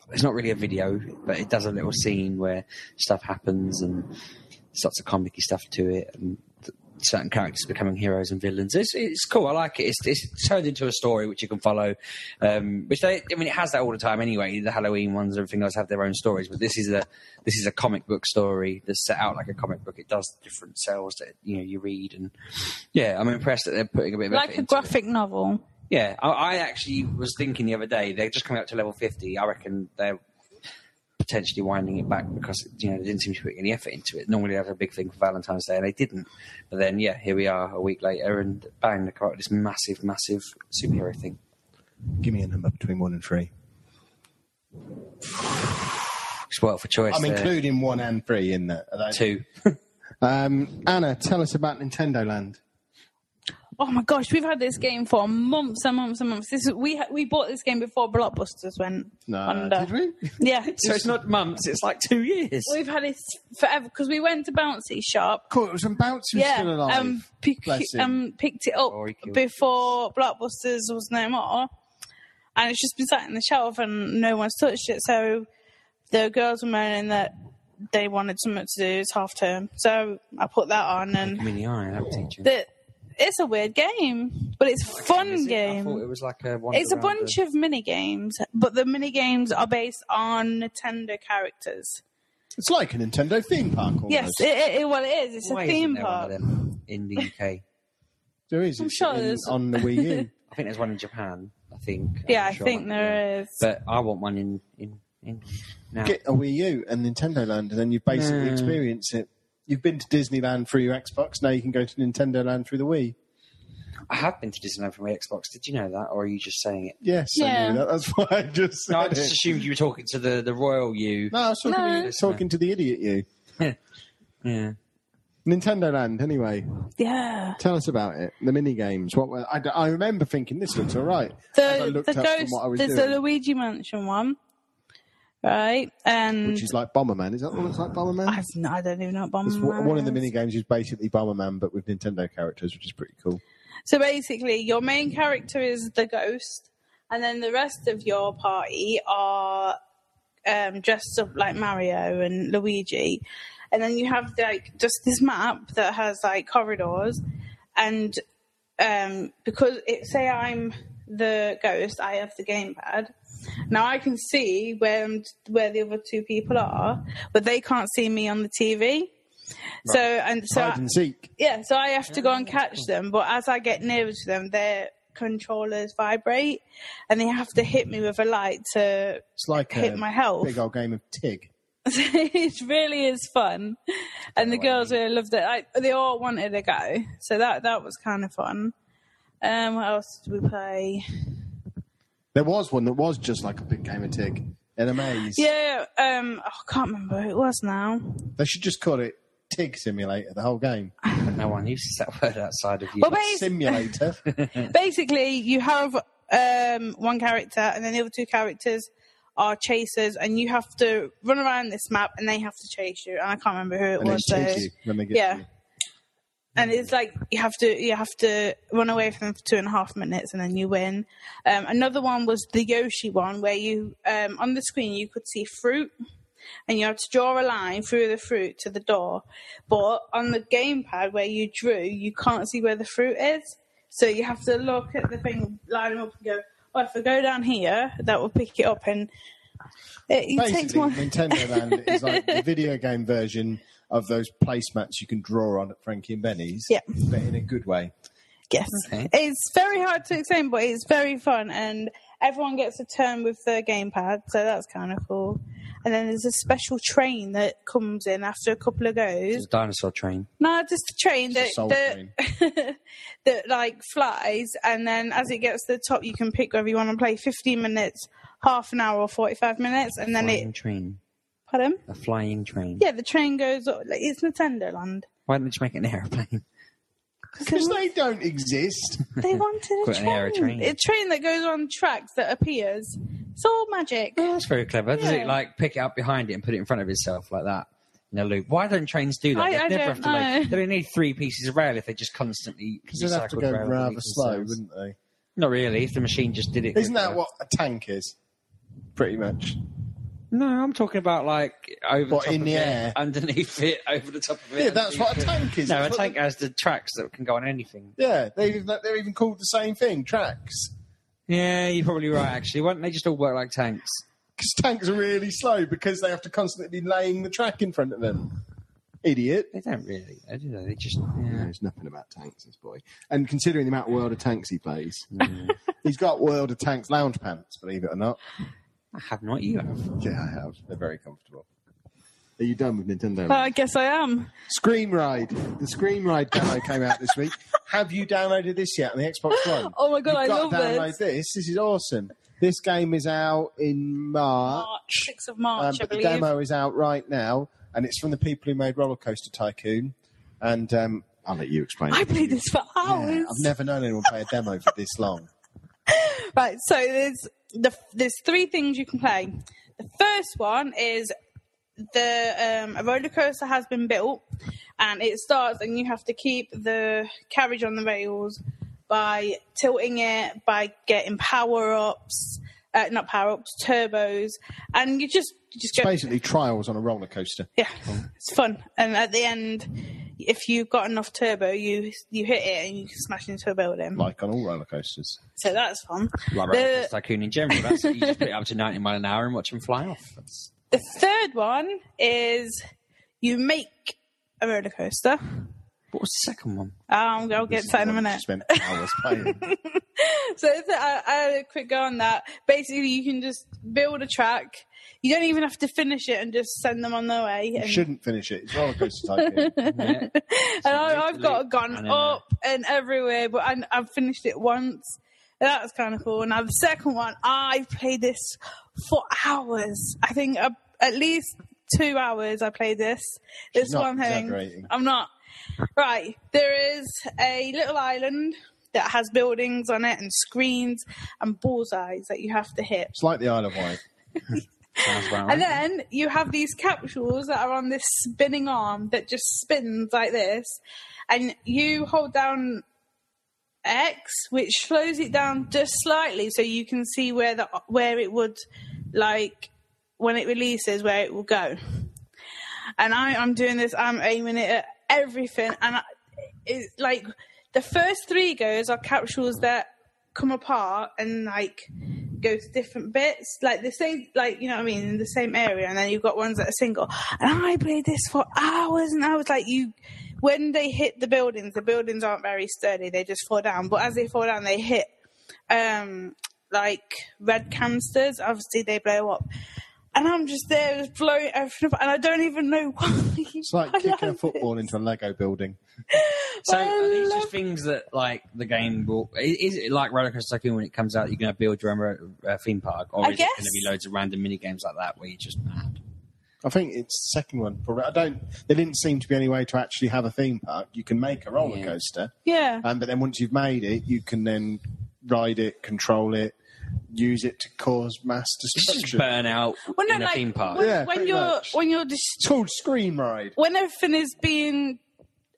Speaker 2: it's not really a video, but it does a little scene where stuff happens and there's lots of comic stuff to it, and th- certain characters becoming heroes and villains. It's it's cool. I like it. It's it's turned into a story which you can follow. Um, which they, I mean, it has that all the time anyway. The Halloween ones and everything else have their own stories, but this is a this is a comic book story that's set out like a comic book. It does different cells that you know you read, and yeah, I'm impressed that they're putting a bit of effort
Speaker 3: Like a
Speaker 2: into it.
Speaker 3: graphic novel.
Speaker 2: Yeah, I, I actually was thinking the other day they're just coming up to level fifty. I reckon they're potentially winding it back because you know they didn't seem to put any effort into it. Normally they have a big thing for Valentine's Day and they didn't. But then yeah, here we are a week later and bang, they come up with this massive, massive superhero thing.
Speaker 1: Give me a number between one and three.
Speaker 2: It's work for choice.
Speaker 1: I'm
Speaker 2: there.
Speaker 1: including one and three in that. Are they-
Speaker 2: two.
Speaker 1: Um, Anna, tell us about Nintendo Land.
Speaker 3: Oh my gosh, we've had this game for months and months and months. This is, we ha- we bought this game before Blockbusters went
Speaker 1: No,
Speaker 3: under.
Speaker 1: did we?
Speaker 3: Yeah,
Speaker 2: so it's not months; it's like two years.
Speaker 3: we've had this forever because we went to Bouncy Shop.
Speaker 1: Cool, it was when Bouncy was
Speaker 3: Yeah,
Speaker 1: still alive.
Speaker 3: um, pick,
Speaker 1: Bless him.
Speaker 3: um, picked it up
Speaker 2: Or he killed
Speaker 3: before Blockbusters was no more, and it's just been sat in the shelf and no one's touched it. So the girls were moaning that they wanted something to do. It's half term, so I put that on and
Speaker 2: I mean, yeah, I am teaching.
Speaker 3: that it's a weird game, but it's fun
Speaker 2: Is it? I
Speaker 3: game.
Speaker 2: thought it was like a. wander
Speaker 3: It's a
Speaker 2: around
Speaker 3: bunch of mini games, but the mini games are based on Nintendo characters.
Speaker 1: it's like a Nintendo theme park almost.
Speaker 3: Yes, it, it, well, it is. It's
Speaker 2: Oh Why
Speaker 3: a
Speaker 2: isn't
Speaker 3: theme
Speaker 2: there one of
Speaker 3: park.
Speaker 2: them in the UK.
Speaker 1: there is.
Speaker 3: I'm
Speaker 1: It's
Speaker 3: sure
Speaker 1: in-
Speaker 3: there's-
Speaker 1: on the Wii U.
Speaker 2: I think there's one in Japan. I think. I'm
Speaker 3: Yeah,
Speaker 2: not
Speaker 3: I
Speaker 2: sure
Speaker 3: think
Speaker 2: about that.
Speaker 3: there is.
Speaker 2: But I want one in in in now.
Speaker 1: Get a Wii U and Nintendo Land, and then you basically
Speaker 2: Mm.
Speaker 1: experience it. You've been to Disneyland through your Xbox. Now you can go to Nintendo Land through the Wii.
Speaker 2: I have been to Disneyland from my Xbox. Did you know that, or are you just saying it?
Speaker 1: Yes, I
Speaker 3: Yeah.
Speaker 1: knew that. That's why I just said
Speaker 2: No, I just
Speaker 1: it.
Speaker 2: assumed you were talking to the, the royal you.
Speaker 1: No, I was talking,
Speaker 3: No.
Speaker 1: To, the- talking to the idiot you.
Speaker 2: Yeah.
Speaker 1: Nintendo Land, anyway.
Speaker 3: Yeah.
Speaker 1: Tell us about it. The mini games. What were, I, d- I remember thinking this looks all right. As I
Speaker 3: The,
Speaker 1: looked
Speaker 3: the
Speaker 1: up from
Speaker 3: ghost,
Speaker 1: what I was
Speaker 3: there's
Speaker 1: doing.
Speaker 3: the Luigi Mansion one, right? And
Speaker 1: which is like Bomberman. Is that the one that's like Bomberman?
Speaker 3: I've, no- I don't even know what
Speaker 1: It's
Speaker 3: Bomberman
Speaker 1: w- one of the
Speaker 3: is.
Speaker 1: mini games is basically Bomberman, but with Nintendo characters, which is pretty cool.
Speaker 3: So basically, your main character is the ghost, and then the rest of your party are um, dressed up like Mario and Luigi. And then you have like just this map that has like corridors, and um, because it say I'm the ghost, I have the gamepad. Now I can see where I'm, where the other two people are, but they can't see me on the TV. So and so
Speaker 1: Hide and seek.
Speaker 3: yeah, so I have to go and catch them, but as I get nearer to them, their controllers vibrate and they have to hit me with a light to.
Speaker 1: It's like
Speaker 3: hit
Speaker 1: a
Speaker 3: my health.
Speaker 1: big old game of Tig.
Speaker 3: it really is fun. And the girls really loved it. I, they all wanted a go, so that, that was kind of fun. Um, what else did we play?
Speaker 1: There was one that was just like a big game of Tig in a maze.
Speaker 3: Yeah, um, oh, I can't remember who it was now.
Speaker 1: They should just call it Tig Simulator. The whole game
Speaker 2: But no one uses that word outside of you.
Speaker 3: Well, basi-
Speaker 1: simulator.
Speaker 3: basically, you have um, one character, and then the other two characters are chasers, and you have to run around this map, and they have to chase you. And I can't remember who it
Speaker 1: and it
Speaker 3: was. so-
Speaker 1: shoots you when they get
Speaker 3: yeah.
Speaker 1: you.
Speaker 3: And it's like you have to you have to run away from them for two and a half minutes, and then you win. Um, another one was the Yoshi one, where you um, on the screen you could see fruit, and you had to draw a line through the fruit to the door. But on the gamepad where you drew, you can't see where the fruit is, so you have to look at the thing, line them up, and go. Oh, if I go down here, that will pick it up, and it, it takes
Speaker 1: Basically,
Speaker 3: more.
Speaker 1: Nintendo Land is like the video game version of those placemats you can draw on at Frankie and Benny's.
Speaker 3: Yeah.
Speaker 1: but in a good way.
Speaker 3: Yes.
Speaker 2: Okay.
Speaker 3: It's very hard to explain, but it's very fun, and everyone gets a turn with the gamepad, so that's kind of cool. And then there's a special train that comes in after a couple of
Speaker 2: It's
Speaker 3: goes.
Speaker 2: a dinosaur train.
Speaker 3: No, just a train that
Speaker 1: soul
Speaker 3: that, that like flies, and then as it gets to the top, you can pick whether you want to play 15 minutes, half an hour, or 45 minutes, and then
Speaker 2: Flying
Speaker 3: it.
Speaker 2: train.
Speaker 3: Pardon?
Speaker 2: A flying train.
Speaker 3: Yeah, the train goes up. Like, it's Nintendo Land.
Speaker 2: Why didn't you make it an airplane?
Speaker 1: Because they don't exist.
Speaker 3: They wanted a
Speaker 2: Quite an air
Speaker 3: train.
Speaker 2: of train.
Speaker 3: A train that goes on tracks that appears. It's all magic.
Speaker 2: Oh, that's very clever. Does
Speaker 3: Yeah.
Speaker 2: it like pick it up behind it and put it in front of itself like that? In a loop. Why don't trains do that?
Speaker 3: I-
Speaker 2: They'd
Speaker 3: I
Speaker 2: never
Speaker 3: don't
Speaker 2: have to make-
Speaker 3: know.
Speaker 2: They don't need three pieces of rail if they just constantly.
Speaker 1: Because they'd have to
Speaker 2: recycled
Speaker 1: go
Speaker 2: rail that
Speaker 1: rather
Speaker 2: equals
Speaker 1: slow,
Speaker 2: themselves.
Speaker 1: wouldn't they?
Speaker 2: Not really. If the machine just did it.
Speaker 1: Isn't that
Speaker 2: quicker.
Speaker 1: what a tank is? Pretty much.
Speaker 2: No, I'm talking about like over
Speaker 1: What,
Speaker 2: the top
Speaker 1: in
Speaker 2: of
Speaker 1: the
Speaker 2: it,
Speaker 1: air?
Speaker 2: underneath it, over the top of it.
Speaker 1: Yeah, that's what a tank is.
Speaker 2: No, a
Speaker 1: That's what
Speaker 2: tank
Speaker 1: they-
Speaker 2: has the tracks that can go on anything.
Speaker 1: Yeah, they even, they're even called the same thing, tracks.
Speaker 2: Yeah, you're probably right. Actually, why don't they just all work like tanks?
Speaker 1: Because tanks are really slow because they have to constantly be laying the track in front of them. Idiot.
Speaker 2: They don't really, though, do they? They just yeah.
Speaker 1: There's nothing about tanks, this boy. And considering the amount of World of Tanks he plays, he's got World of Tanks lounge pants, believe it or not.
Speaker 2: I have not. You have.
Speaker 1: Yeah, I have. They're very comfortable. Are you done with Nintendo?
Speaker 3: Well, Uh, I guess I am.
Speaker 1: Scream Ride. The Scream Ride demo came out this week. Have you downloaded this yet on the Xbox One?
Speaker 3: Oh my God,
Speaker 1: You've
Speaker 3: I
Speaker 1: got
Speaker 3: love
Speaker 1: to download
Speaker 3: this.
Speaker 1: this. This is awesome. This game is out in March,
Speaker 3: March, 6th of
Speaker 1: um,
Speaker 3: March, Oh, I
Speaker 1: but the
Speaker 3: believe.
Speaker 1: demo is out right now, and it's from the people who made Roller Coaster Tycoon. And um, I'll let you explain.
Speaker 3: I
Speaker 1: it.
Speaker 3: played this for
Speaker 1: Yeah,
Speaker 3: hours.
Speaker 1: I've never known anyone play a demo for this long.
Speaker 3: Right, so there's the there's three things you can play. The first one is the um, a roller coaster has been built, and it starts, and you have to keep the carriage on the rails by tilting it, by getting power ups, uh, not power ups, turbos, and you just you just go.
Speaker 1: Basically, trials on a roller coaster.
Speaker 3: Yeah, it's fun. And at the end, if you've got enough turbo, you you hit it and you can smash into a building.
Speaker 1: Like on all roller coasters.
Speaker 3: So that's fun.
Speaker 2: Like
Speaker 3: The-
Speaker 2: Roller Tycoon in general. That's you just put it up to 90 mile an hour and watch them fly off. That's,
Speaker 3: The third one is you make a roller coaster.
Speaker 2: what was the second one?
Speaker 3: Um, I'll
Speaker 1: This
Speaker 3: get
Speaker 1: is
Speaker 3: to that in a
Speaker 1: what I
Speaker 3: minute.
Speaker 1: Spent hours playing.
Speaker 3: So if I, I had a quick go on that. Basically, you can just build a track you don't even have to finish it and just send them on their way.
Speaker 1: You
Speaker 3: And,
Speaker 1: shouldn't finish it. It's roller coaster tycoon.
Speaker 2: Yeah.
Speaker 3: and I, I've
Speaker 2: Literally,
Speaker 3: got
Speaker 2: I
Speaker 3: gone
Speaker 2: know.
Speaker 3: up and everywhere, but I, I've finished it once. That was kind of cool. Now the second one, I played this for hours. I think uh, at least two hours. I played this. This
Speaker 1: not
Speaker 3: one thing.
Speaker 1: exaggerating.
Speaker 3: I'm not right. There is a little island that has buildings on it and screens and bullseyes that you have to hit.
Speaker 1: It's like the Isle of Wight.
Speaker 2: Sounds about right.
Speaker 3: And then you have these capsules that are on this spinning arm that just spins like this, and you hold down X, which slows it down just slightly, so you can see where the where it would, like, when it releases, where it will go. And I, I'm doing this. I'm aiming it at everything, and I, it's like the first three goes are capsules that come apart and like go to different bits, like the same, like you know what I mean, in the same area, and then you've got ones that are single. And I played this for hours and hours. Like you, when they hit the buildings, the buildings aren't very sturdy; they just fall down. But as they fall down, they hit um like red canisters. Obviously, they blow up. And I'm just there, just blowing everything up, and I don't even know why.
Speaker 1: It's like kicking a football into a Lego building.
Speaker 2: So
Speaker 3: I
Speaker 2: are these
Speaker 3: love-
Speaker 2: just things that like the game will i- is it like roller coaster tycoon when it comes out you're going to build your own ro- uh, theme park or
Speaker 3: I
Speaker 2: is it going
Speaker 3: guess.
Speaker 2: to be loads of random mini games like that where you're just mad?
Speaker 1: I think it's the second one. Probably. I don't. There didn't seem to be any way to actually have a theme park. You can make a roller
Speaker 2: Yeah.
Speaker 1: coaster,
Speaker 3: Yeah.
Speaker 1: um, but then once you've made it, you can then ride it, control it, use it to cause mass
Speaker 2: Just
Speaker 1: destruction.
Speaker 2: burn out
Speaker 3: Well, no,
Speaker 2: in a
Speaker 3: like,
Speaker 2: theme park.
Speaker 3: When,
Speaker 1: Yeah,
Speaker 3: when
Speaker 1: pretty
Speaker 3: you're
Speaker 1: much.
Speaker 3: when you're just
Speaker 1: It's called Scream Ride.
Speaker 3: when everything is being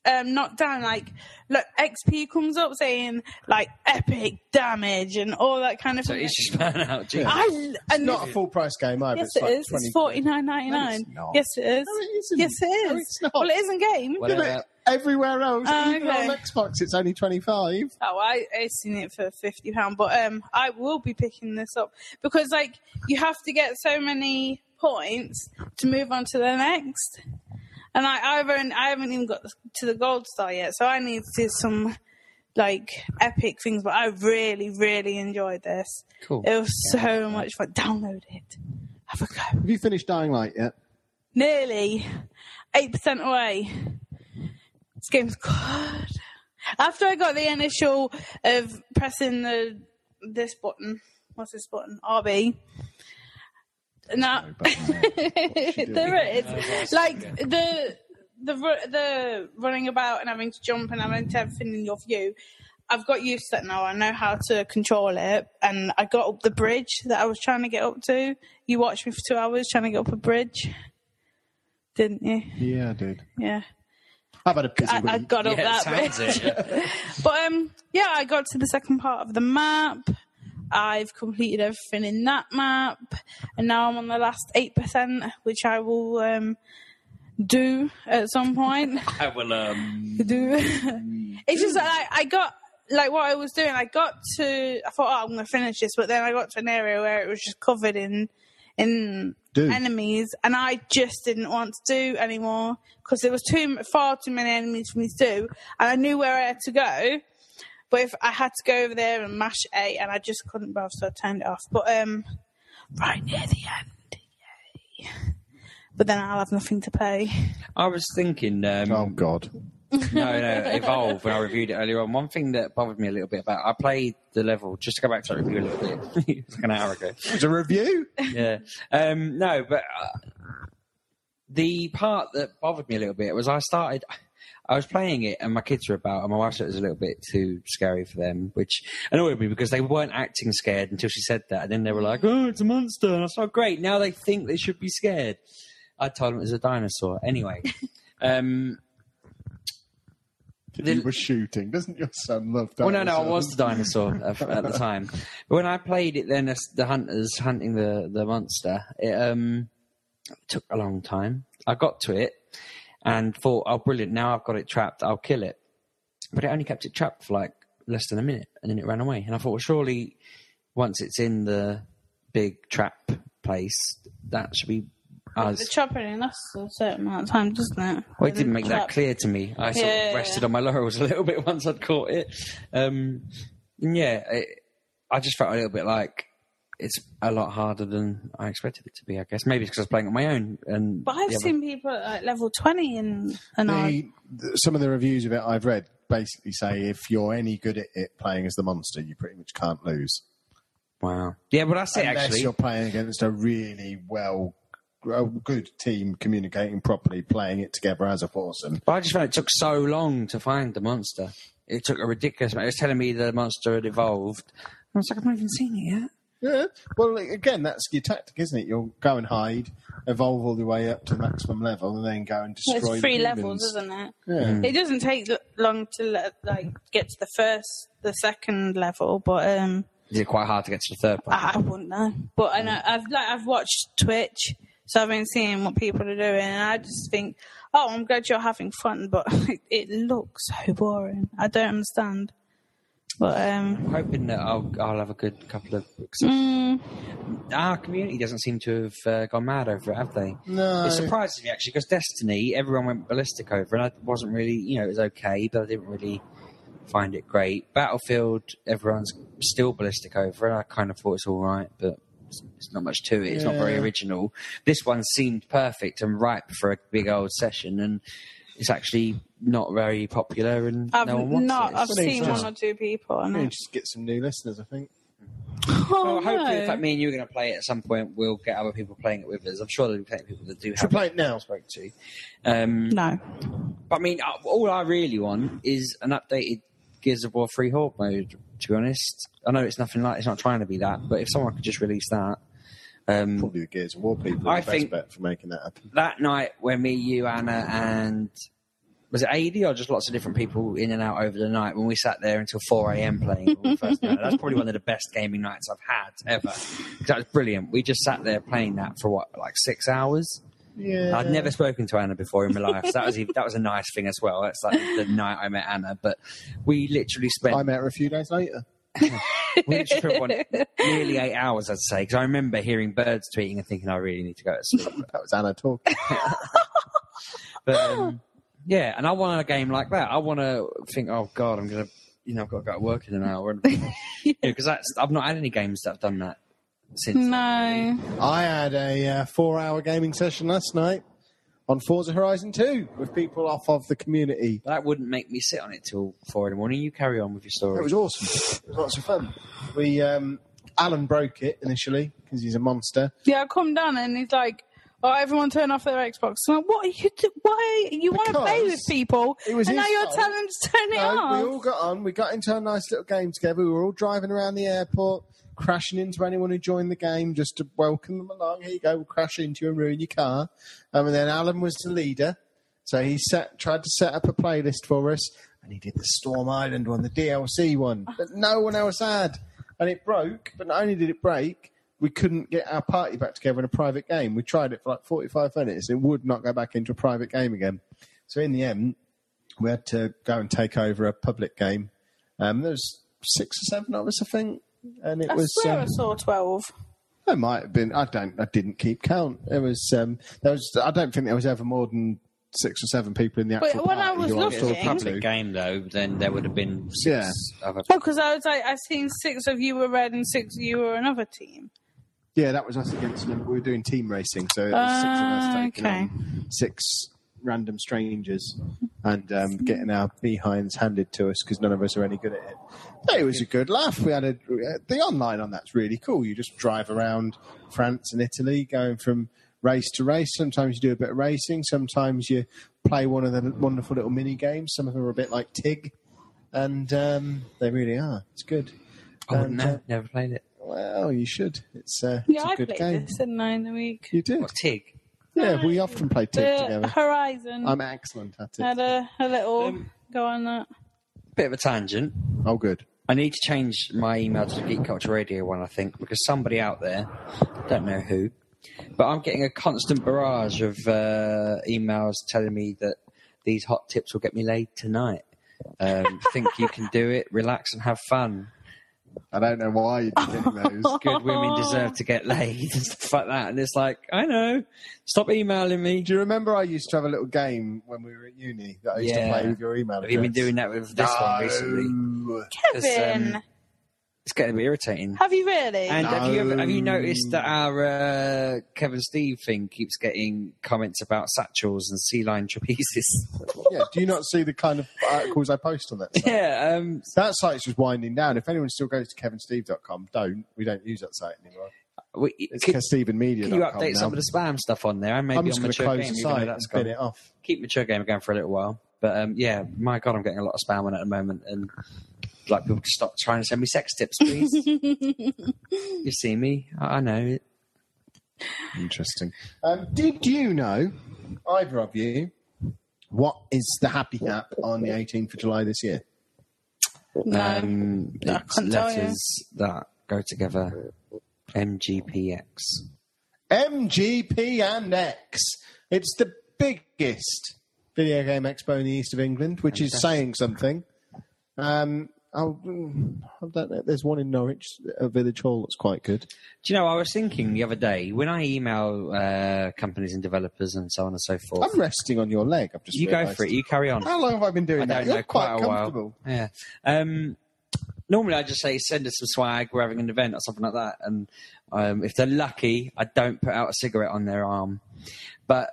Speaker 3: um, knocked down, like look, XP comes up saying like epic damage and all that kind of
Speaker 2: So
Speaker 3: thing.
Speaker 2: it's just burn out. Jesus.
Speaker 3: I and
Speaker 1: It's not a full price game either.
Speaker 3: yes,
Speaker 1: it's
Speaker 3: it
Speaker 1: like
Speaker 3: is.
Speaker 1: 20
Speaker 3: It's forty nine ninety
Speaker 1: No,
Speaker 3: nine.
Speaker 1: it's not.
Speaker 3: Yes, it is.
Speaker 1: No, it isn't.
Speaker 3: Yes, it is.
Speaker 1: No, it's not.
Speaker 3: Well, it isn't game.
Speaker 1: Yeah,
Speaker 2: Whatever.
Speaker 1: but everywhere else,
Speaker 3: Oh,
Speaker 1: even
Speaker 3: okay.
Speaker 1: on Xbox, it's only twenty five.
Speaker 3: Oh, I, I seen it for fifty pound, but um, I will be picking this up because like you have to get so many points to move on to the next, and I I've only, I haven't even got to the gold star yet, so I need to do some like epic things. But I really really enjoyed this.
Speaker 2: Cool.
Speaker 3: It was so much fun. Download it. Have a go.
Speaker 1: Have you finished Dying Light yet?
Speaker 3: Nearly eight percent away. This game's good. After I got the initial of pressing the this button, what's this button? RB. Now there it is. Like the the ru- the running about and having to jump and having to have everything in your view. I've got used to it now. I know how to control it, and I got up the bridge that I was trying to get up to. You watched me for two hours trying to get up a bridge, didn't you?
Speaker 1: Yeah, I did.
Speaker 3: Yeah,
Speaker 1: I've had a busy
Speaker 3: I,
Speaker 1: week.
Speaker 3: I got up
Speaker 2: yeah, it
Speaker 3: that bridge.
Speaker 2: sounds it. yeah.
Speaker 3: But um, yeah, I got to the second part of the map. I've completed everything in that map, and now I'm on the last eight percent, which I will um, do at some point.
Speaker 2: I will. Um,
Speaker 3: do it's just that I, I got like what I was doing. I got to I thought, oh, I'm gonna finish this, but then I got to an area where it was just covered in in
Speaker 1: Dude.
Speaker 3: enemies, and I just didn't want to do anymore because there was too far too many enemies for me to do, and I knew where I had to go. But if I had to go over there and mash A, and I just couldn't bother, so I turned it off. But um, right near the end, yay! But then I'll have nothing to play.
Speaker 2: I was thinking. Um,
Speaker 1: Oh God!
Speaker 2: no, no, Evolve, when I reviewed it earlier on, one thing that bothered me a little bit about I played the level, just to go back to that review a little bit, it was like an hour ago.
Speaker 1: It's a review.
Speaker 2: Yeah. Um, no, but uh, the part that bothered me a little bit was I started. I was playing it, and my kids were about, and my wife said it was a little bit too scary for them, which annoyed me because they weren't acting scared until she said that, and then they were like, "Oh, it's a monster!" And I said, oh, "Great, now they think they should be scared." I told them it was a dinosaur. Anyway, um,
Speaker 1: He was shooting. Doesn't your son love that?
Speaker 2: Well, no, no, I was the dinosaur at, at the time. But when I played it, then as the hunters hunting the the monster, it um, took a long time. I got to it and thought, "Oh, brilliant! Now I've got it trapped. I'll kill it." But it only kept it trapped for like less than a minute, and then it ran away. And I thought, well, surely once it's in the big trap place, that should be
Speaker 3: The
Speaker 2: us.
Speaker 3: chopping in lasts a certain amount of time, doesn't it?
Speaker 2: Well, it didn't make that
Speaker 3: Chop.
Speaker 2: clear to me. I sort
Speaker 3: Yeah.
Speaker 2: of rested on my laurels a little bit once I'd caught it. Um, and yeah, it, I just felt a little bit like it's a lot harder than I expected it to be. I guess maybe because I was playing on my own. And
Speaker 3: But I've
Speaker 2: the other-
Speaker 3: seen people at like, level 20 and, and I.
Speaker 1: The, th- some of the reviews of it I've read basically say if you're any good at it playing as the monster, you pretty much can't lose.
Speaker 2: wow. Yeah, well that's it
Speaker 1: Unless
Speaker 2: actually.
Speaker 1: you're playing against a really well, a good team communicating properly, playing it together as a foursome.
Speaker 2: But I just found it took so long to find the monster. It took a ridiculous amount. It was telling me the monster had evolved. I was like, I've not even seen it yet.
Speaker 1: Yeah. Well, again, that's your tactic, isn't it? You'll go and hide, evolve all the way up to maximum level, and then go and destroy.
Speaker 3: It's
Speaker 1: the
Speaker 3: three
Speaker 1: humans.
Speaker 3: levels, isn't it?
Speaker 2: Hmm.
Speaker 1: Yeah.
Speaker 3: It doesn't take l- long to le- like get to the first, the second level, but um,
Speaker 2: Is it quite hard to get to the third part?
Speaker 3: I, I wouldn't know. But
Speaker 2: Hmm.
Speaker 3: I know I've like I've watched Twitch, so I've been seeing what people are doing, and I just think, oh, I'm glad you're having fun, but it, it looks so boring. I don't understand. But um,
Speaker 2: I'm hoping that I'll, I'll have a good couple of.
Speaker 3: mm,
Speaker 2: Our community doesn't seem to have uh, gone mad over it, have they?
Speaker 1: No.
Speaker 2: It surprises me actually because Destiny, everyone went ballistic over, and I wasn't really, you know, it was okay, but I didn't really find it great. Battlefield, everyone's still ballistic over, and I kind of thought it's all right, but it's- it's not much to it. It's not very
Speaker 1: Yeah.
Speaker 2: original. This one seemed perfect and ripe for a big old session, and it's actually not very popular, and
Speaker 3: I've
Speaker 2: no one wants
Speaker 3: not.
Speaker 2: it.
Speaker 3: I've
Speaker 2: It's-
Speaker 3: seen
Speaker 1: just-
Speaker 3: one or two people, and
Speaker 1: Yeah,
Speaker 3: I,
Speaker 1: Just get some new listeners, I think.
Speaker 3: oh,
Speaker 2: well, hopefully,
Speaker 3: no.
Speaker 2: if like me and you are going to play it at some point, we'll get other people playing it with us. I'm sure there'll be plenty of people that do
Speaker 1: Should
Speaker 2: have
Speaker 1: we play it now?
Speaker 2: spoke to. Um,
Speaker 3: no.
Speaker 2: But I mean, uh, all I really want is an updated Gears of War 3 Horde mode, to be honest. I know it's nothing like it's not trying to be that, but if someone could just release that. Um,
Speaker 1: Probably the Gears of War people
Speaker 2: I
Speaker 1: are the
Speaker 2: think-
Speaker 1: best bet for making that happen.
Speaker 2: that night when me, you, Anna, and was it AD or just lots of different people in and out over the night when we sat there until 4 a.m. playing all the first night? That's probably one of the best gaming nights I've had ever. That was brilliant. We just sat there playing that for what, like six hours?
Speaker 1: Yeah.
Speaker 2: I'd never spoken to Anna before in my life. So that was even, that was a nice thing as well. That's like the night I met Anna. But we literally spent
Speaker 1: I met her a few days later.
Speaker 2: we literally spent one, nearly eight hours, I'd say, because I remember hearing birds tweeting and thinking I really need to go to sleep.
Speaker 1: That was Anna talking.
Speaker 2: But um, yeah, and I want a game like that. I want to think, oh god, I'm gonna, you know, I've got to go to work in an hour, because that's I've not had any games that have done that since.
Speaker 3: No.
Speaker 1: I had a uh, four-hour gaming session last night on Forza Horizon 2 with people off of the community.
Speaker 2: That wouldn't make me sit on it till four in the morning. You carry on with your story.
Speaker 1: It was awesome. It was lots of fun. We um, Alan broke it initially because he's a monster.
Speaker 3: Yeah, I come down and he's like, "Oh, everyone, turn off their Xbox." And I'm like, "What? Are you do- why you want to play with
Speaker 1: Because
Speaker 3: people,
Speaker 1: it was
Speaker 3: and now
Speaker 1: his
Speaker 3: you're
Speaker 1: fault.
Speaker 3: telling them to turn it
Speaker 1: No,
Speaker 3: off?"
Speaker 1: we all got on. We got into a nice little game together. We were all driving around the airport, crashing into anyone who joined the game just to welcome them along. Here you go, we'll crash into you and ruin your car. Um, and then Alan was the leader, so he set, tried to set up a playlist for us, and he did the Storm Island one, the DLC one that no one else had, and it broke. But not only did it break. We couldn't get our party back together in a private game. We tried it for like 45 minutes. It would not go back into a private game again. So in the end, we had to go and take over a public game. Um, there was six or seven of us, I think, and it
Speaker 3: I
Speaker 1: was.
Speaker 3: swear I
Speaker 1: um,
Speaker 3: saw twelve.
Speaker 1: there might have been. I don't. I didn't keep count. It was. Um, there was. I don't think there was ever more than six or seven people in the actual.
Speaker 3: when I
Speaker 1: party
Speaker 3: was
Speaker 1: who
Speaker 2: If it was a
Speaker 1: talking
Speaker 3: looking-
Speaker 2: public
Speaker 1: to.
Speaker 2: game though, then there would have been six other.
Speaker 3: Oh, because I was like, I seen six of you were red and six of you were another team.
Speaker 1: Yeah, that was us against them. We were doing team racing, so it was six of us
Speaker 3: Ah,
Speaker 1: taking
Speaker 3: okay.
Speaker 1: on six random strangers and um, getting our behinds handed to us because none of us are any good at it. But it was a good laugh. We had a the online on that's really cool. You just drive around France and Italy, going from race to race. Sometimes you do a bit of racing. Sometimes you play one of the wonderful little mini games. Some of them are a bit like Tig, and um, they really are. It's good.
Speaker 2: Oh
Speaker 1: And, uh,
Speaker 2: no, never played it.
Speaker 1: well, you should. It's, uh,
Speaker 3: Yeah,
Speaker 1: it's a
Speaker 3: I
Speaker 1: good
Speaker 3: played
Speaker 1: game.
Speaker 3: this, didn't I, in the week?
Speaker 1: You did.
Speaker 2: What Tig?
Speaker 1: Yeah, we often play Tig
Speaker 3: The
Speaker 1: together.
Speaker 3: Horizon
Speaker 1: I'm excellent at it.
Speaker 3: had a, a little
Speaker 2: Um,
Speaker 3: go on that.
Speaker 2: Bit of a tangent.
Speaker 1: Oh, good.
Speaker 2: I need to change my email to the Geek Culture Radio one, I think, because somebody out there, don't know who, but I'm getting a constant barrage of uh, emails telling me that these hot tips will get me laid tonight. Um, think you can do it, relax and have fun.
Speaker 1: I don't know why you're doing those.
Speaker 2: Good women deserve to get laid and stuff like that. And it's like, I know, stop emailing me.
Speaker 1: Do you remember I used to have a little game when we were at uni that I used
Speaker 2: Yeah.
Speaker 1: to play with your email?
Speaker 2: Have you been
Speaker 1: address?
Speaker 2: doing that with this one recently?
Speaker 1: No.
Speaker 2: 'Cause, um,
Speaker 3: Kevin.
Speaker 2: It's getting a bit irritating.
Speaker 3: Have you really?
Speaker 2: And
Speaker 1: No.
Speaker 2: have, you ever, have you noticed that our uh, Kevin Steve thing keeps getting comments about satchels and sea line trapezes?
Speaker 1: Yeah, do you not see the kind of articles I post on that? Site?
Speaker 2: yeah, um,
Speaker 1: That site's just winding down. If anyone still goes to kevinsteve.com, don't. We don't use that site anymore.
Speaker 2: we,
Speaker 1: It's
Speaker 2: could,
Speaker 1: kevstephenmedia.com
Speaker 2: can you update
Speaker 1: now.
Speaker 2: some of the spam stuff on there? And maybe
Speaker 1: I'm just
Speaker 2: on
Speaker 1: going to
Speaker 2: mature
Speaker 1: close
Speaker 2: game,
Speaker 1: the
Speaker 2: even though
Speaker 1: site and
Speaker 2: that's
Speaker 1: spin
Speaker 2: gone.
Speaker 1: it off.
Speaker 2: keep mature game going for a little while. But um, yeah, my god, I'm getting a lot of spam on it at the moment, and like people just stop trying to send me sex tips, please. you see me? I I know it.
Speaker 1: Interesting. Um, did you know, either of you, what is the happy hap on the 18th of July this year?
Speaker 3: no.
Speaker 2: Um,
Speaker 3: I
Speaker 2: it's
Speaker 3: can't tell you.
Speaker 2: letters that go together. MGPX.
Speaker 1: MGP and X. It's the biggest video game expo in the east of England, which is saying something. Um, I'll, mm, I don't know. There's one in Norwich, a village hall that's quite good.
Speaker 2: Do you know? I was thinking the other day when I email uh, companies and developers and so on and so forth.
Speaker 1: I'm resting on your leg. I've just
Speaker 2: you go
Speaker 1: realised.
Speaker 2: for it. You carry on.
Speaker 1: How long have I been doing
Speaker 2: I
Speaker 1: that?
Speaker 2: don't
Speaker 1: You're
Speaker 2: know,
Speaker 1: quite,
Speaker 2: quite, a
Speaker 1: comfortable.
Speaker 2: while. Yeah. Um, normally, I just say send us some swag. We're having an event or something like that. And um, if they're lucky, I don't put out a cigarette on their arm. But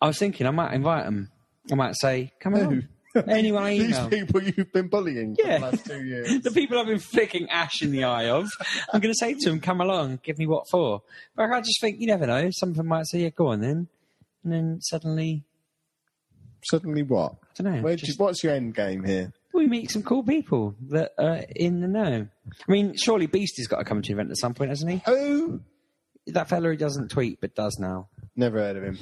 Speaker 2: I was thinking I might invite them. I might say, "Come on, anyone I
Speaker 1: These
Speaker 2: email."
Speaker 1: people you've been bullying
Speaker 2: Yeah.
Speaker 1: for the last two years.
Speaker 2: The people I've been flicking ash in the eye of, I'm going to say to them, "Come along, give me what for." But I just think you never know. Some of them might say, "Yeah, go on then," and then suddenly,
Speaker 1: Suddenly, what?
Speaker 2: I don't know.
Speaker 1: Where do
Speaker 2: just-
Speaker 1: you- what's your end game here?
Speaker 2: we meet some cool people that are in the know. I mean, surely Beastie's got to come to an event at some point, hasn't he?
Speaker 1: Who?
Speaker 2: That fella who doesn't tweet but does now.
Speaker 1: Never heard of him.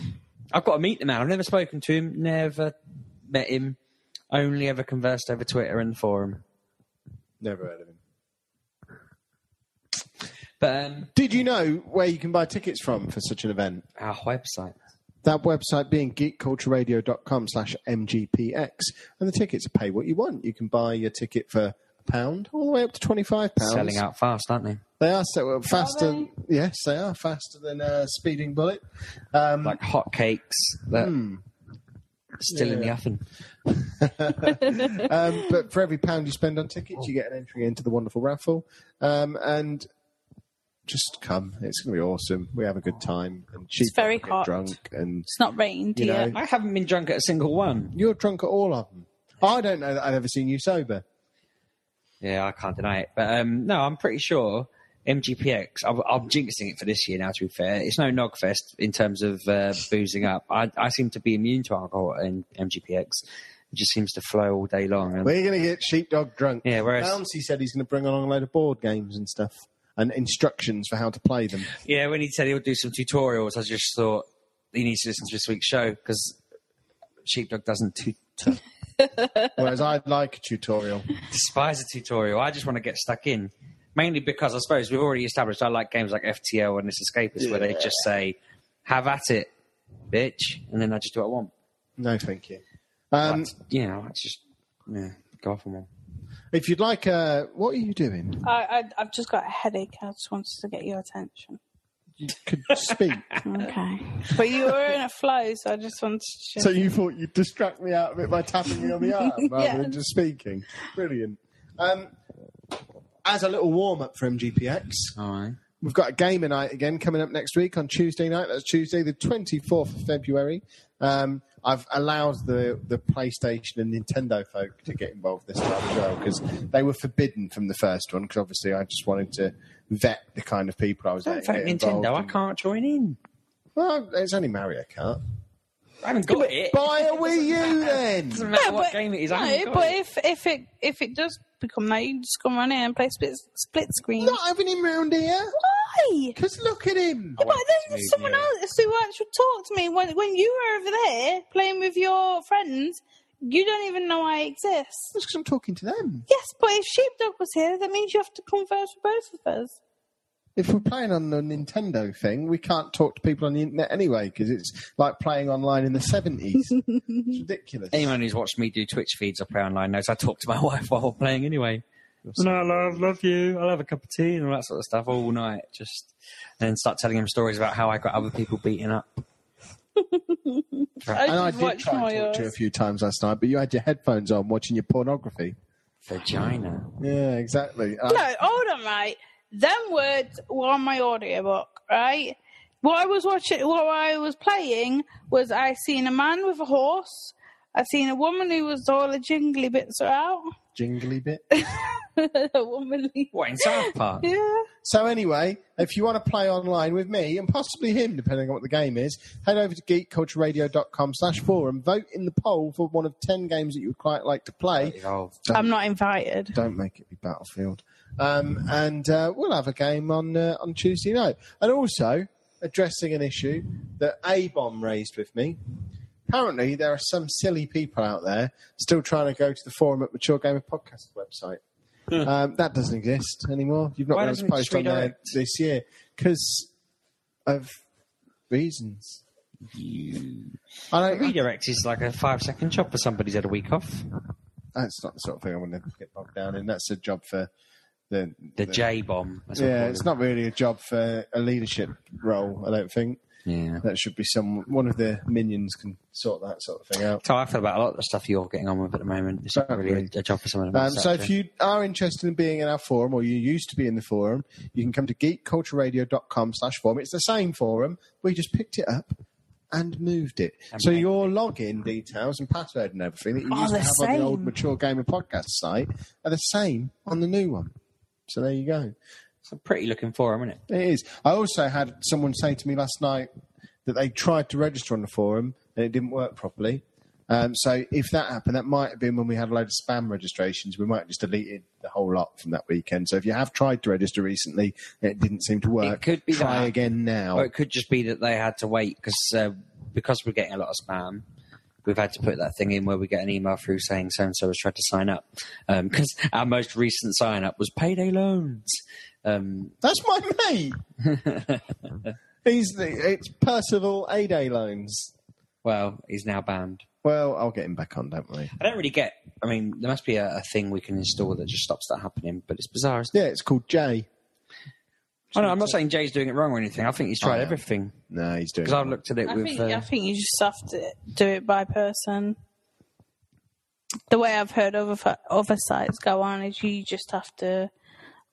Speaker 2: I've got to meet the man. I've never spoken to him, never met him, only ever conversed over Twitter and the forum.
Speaker 1: Never heard of him.
Speaker 2: But um,
Speaker 1: Did you know where you can buy tickets from for such an event?
Speaker 2: our website.
Speaker 1: That website being geekcultureradio.com slash MGPX. And the tickets are pay what you want. You can buy your ticket for a pound all the way up to £25.
Speaker 2: Selling out fast, aren't they?
Speaker 1: They are so well, faster.
Speaker 3: they?
Speaker 1: Yes, they are faster than a speeding bullet. Um,
Speaker 2: Like hotcakes that still in the oven.
Speaker 1: um, but for every pound you spend on tickets, you get an entry into the wonderful raffle. Um, and just come. It's going to be awesome. We have a good time. And cheap
Speaker 3: very
Speaker 1: get
Speaker 3: hot.
Speaker 1: drunk. And
Speaker 3: it's not rained
Speaker 1: you
Speaker 3: yet.
Speaker 1: know.
Speaker 2: I haven't been drunk at a single one.
Speaker 1: you're drunk at all of them. I don't know that I've ever seen you sober.
Speaker 2: Yeah, I can't deny it. But um, no, I'm pretty sure MGPX. I'm, I'm jinxing it for this year now. To be fair, it's no Nogfest in terms of uh, boozing up. I, I seem to be immune to alcohol in MGPX. It just seems to flow all day long. And
Speaker 1: We're going to get sheepdog drunk.
Speaker 2: Yeah, whereas-
Speaker 1: Bouncy said he's going to bring along a load of board games and stuff and instructions for how to play them.
Speaker 2: yeah, when he said he'll do some tutorials, I just thought he needs to listen to this week's show because Sheepdog doesn't tu- tu-
Speaker 1: Whereas I'd like a tutorial.
Speaker 2: despise a tutorial. I just want to get stuck in. Mainly because I suppose we've already established I like games like FTL and this Escapist where they just say, have at it, bitch. And then I just do what I want.
Speaker 1: No, thank you. Um,
Speaker 2: That's- you know, that's just, yeah, go off on one.
Speaker 1: if you'd like, uh, what are you doing?
Speaker 3: I, I, I've just got a headache. I just wanted to get your attention.
Speaker 1: You could speak.
Speaker 3: Okay. but you were in a flow, so I just wanted to.
Speaker 1: so you thought you'd distract me out of it by tapping me on the arm rather
Speaker 3: Yeah.
Speaker 1: than just speaking. Brilliant. Um, as a little warm up for MGPX,
Speaker 2: All right.
Speaker 1: We've got a gamer night again coming up next week on Tuesday night. That's Tuesday, the 24th of February. Um, I've allowed the, the PlayStation and Nintendo folk to get involved this time as well because they were forbidden from the first one because obviously I just wanted to vet the kind of people I was
Speaker 2: Don't
Speaker 1: letting
Speaker 2: vote
Speaker 1: get involved
Speaker 2: Nintendo. I
Speaker 1: in.
Speaker 2: can't join in.
Speaker 1: Well, it's only Mario Kart.
Speaker 2: I haven't got it. It
Speaker 1: Buy a Wii U then!
Speaker 2: doesn't matter
Speaker 3: Yeah,
Speaker 2: what
Speaker 3: but-
Speaker 2: game it is. I haven't got
Speaker 3: No, but
Speaker 2: it.
Speaker 3: if if it if it does become that, you just come on in and play split split screen.
Speaker 1: Not having him round here
Speaker 3: Why?
Speaker 1: because look at him.
Speaker 3: But then there's someone else who actually talked to me when when you were over there playing with your friends. You don't even know I exist.
Speaker 1: That's because I'm talking to them.
Speaker 3: Yes, but if Sheepdog was here, that means you have to converse with both of us.
Speaker 1: if we're playing on the Nintendo thing, we can't talk to people on the internet anyway because it's like playing online in the seventies. it's ridiculous.
Speaker 2: Anyone who's watched me do Twitch feeds or play online knows I talk to my wife while we're playing anyway. No, love, love you. I'll have a cup of tea and all that sort of stuff all night. Just and then start telling him stories about how I got other people beaten up.
Speaker 3: I
Speaker 1: and I
Speaker 3: should
Speaker 1: did
Speaker 3: watch
Speaker 1: try
Speaker 3: more
Speaker 1: and talk to you a
Speaker 3: yours. uh,
Speaker 1: few times last night, but you had your headphones on watching your pornography.
Speaker 2: Vagina.
Speaker 1: Yeah, exactly. Uh,
Speaker 3: No, hold on, right. Them words were on my audiobook, right? What I was watching, what I was playing was I seen a man with a horse. I seen a woman who was all the jingly bits are out.
Speaker 1: Jingly bit.
Speaker 3: a womanly.
Speaker 2: What in South Park?
Speaker 3: Yeah.
Speaker 1: So anyway, if you want to play online with me and possibly him, depending on what the game is, head over to geekcultureradio.com slash forum, vote in the poll for one of ten games that you would quite like to play.
Speaker 2: Oh,
Speaker 3: I'm not invited.
Speaker 1: Don't make it be Battlefield. Um, and uh, we'll have a game on uh, on Tuesday night. And also addressing an issue that A Bomb raised with me. Apparently, there are some silly people out there still trying to go to the forum at Mature Gamer Podcast website. Um, that doesn't exist anymore. You've not
Speaker 2: Hmm. Why
Speaker 1: been able to
Speaker 2: doesn't it
Speaker 1: post
Speaker 2: just
Speaker 1: on there
Speaker 2: redirect?
Speaker 1: this year because of reasons.
Speaker 2: you.
Speaker 1: I
Speaker 2: A
Speaker 1: don't.
Speaker 2: redirect is like a five second job for somebody's had a week off.
Speaker 1: That's not the sort of thing I want to get bogged down in. That's a job for the.
Speaker 2: The J bomb. that's what we
Speaker 1: yeah,
Speaker 2: call
Speaker 1: it's
Speaker 2: it.
Speaker 1: not really a job for a leadership role. I don't think
Speaker 2: Yeah.
Speaker 1: that should be some one of the minions can sort that sort of thing out.
Speaker 2: That's how I feel about a lot of the stuff you're getting on with at the moment. It's not really a, a job for someone.
Speaker 1: Um,
Speaker 2: else,
Speaker 1: so if
Speaker 2: actually.
Speaker 1: you are interested in being in our forum, or you used to be in the forum, you can come to geekcultureradio.com slash forum. It's the same forum. We just picked it up and moved it. so
Speaker 2: made
Speaker 1: your login details and password and everything that you
Speaker 3: Are
Speaker 1: used to
Speaker 3: the
Speaker 1: have on the old
Speaker 3: same.
Speaker 1: Mature Gamer podcast site are the same on the new one. So there you go.
Speaker 2: it's a pretty looking forum, isn't it?
Speaker 1: It is. I also had someone say to me last night that they tried to register on the forum and it didn't work properly. Um, so if that happened, that might have been when we had a load of spam registrations. We might have just deleted the whole lot from that weekend. So if you have tried to register recently and it didn't seem to work,
Speaker 2: could be
Speaker 1: try
Speaker 2: that.
Speaker 1: again now.
Speaker 2: Or it could just be that they had to wait because uh, because we're getting a lot of spam. We've had to put that thing in where we get an email through saying so and so has tried to sign up because our most recent sign up was payday loans. Um,
Speaker 1: That's my mate. He's the, it's Percival A Day Loans.
Speaker 2: well, he's now banned.
Speaker 1: Well, I'll get him back on, don't worry.
Speaker 2: I don't really get. I mean, there must be a, a thing we can install that just stops that happening, but it's bizarre. Isn't it?
Speaker 1: Yeah, it's called Jay.
Speaker 2: Oh, no, I'm not saying Jay's doing it wrong or anything. I think he's tried
Speaker 1: yeah.
Speaker 2: everything
Speaker 1: No, he's doing.
Speaker 2: because I've
Speaker 1: it.
Speaker 2: looked at it
Speaker 3: I
Speaker 2: with.
Speaker 3: think
Speaker 2: uh,
Speaker 3: I think you just have to do it by person. The way I've heard other fa- other sites go on is you just have to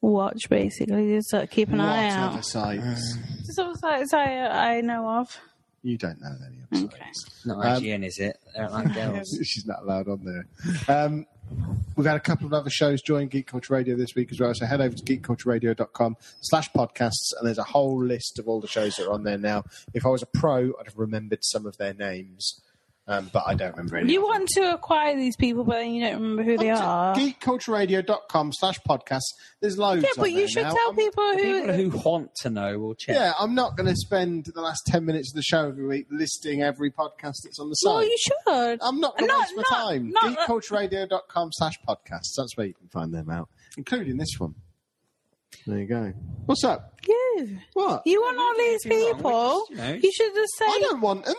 Speaker 3: watch basically, just uh, keep an
Speaker 1: What
Speaker 3: eye
Speaker 1: other
Speaker 3: out.
Speaker 1: sites?
Speaker 3: There's other sites I I know of.
Speaker 1: You don't know any other sites.
Speaker 2: It's not IGN, is it? They don't like girls.
Speaker 1: She's not allowed on there. Um, we've had a couple of other shows join Geek Culture Radio this week as well. So head over to geekcultureradio.com slash podcasts and there's a whole list of all the shows that are on there now. If I was a pro, I'd have remembered some of their names. Um, but I don't remember any.
Speaker 3: You want to acquire these people, but then you don't remember who they are.
Speaker 1: Geekcultureradio.com slash podcasts. There's loads
Speaker 3: Yeah,
Speaker 1: on
Speaker 3: but
Speaker 1: there
Speaker 3: you should
Speaker 1: now.
Speaker 3: tell
Speaker 1: I'm-
Speaker 3: people
Speaker 2: People
Speaker 3: who.
Speaker 2: who want to know will check.
Speaker 1: Yeah, I'm not going to spend the last 10 minutes of the show every week listing every podcast that's on the site.
Speaker 3: Well, you should.
Speaker 1: I'm not going to
Speaker 3: Not-
Speaker 1: waste my
Speaker 3: not-
Speaker 1: time.
Speaker 3: not-
Speaker 1: Geekcultureradio.com slash podcasts. That's where you can find them out, including this one. There you go. What's up?
Speaker 3: You.
Speaker 1: What?
Speaker 3: You want all these
Speaker 2: do wrong, we
Speaker 3: people?
Speaker 2: just, you know-
Speaker 3: You should just
Speaker 1: I
Speaker 3: say.
Speaker 1: don't want them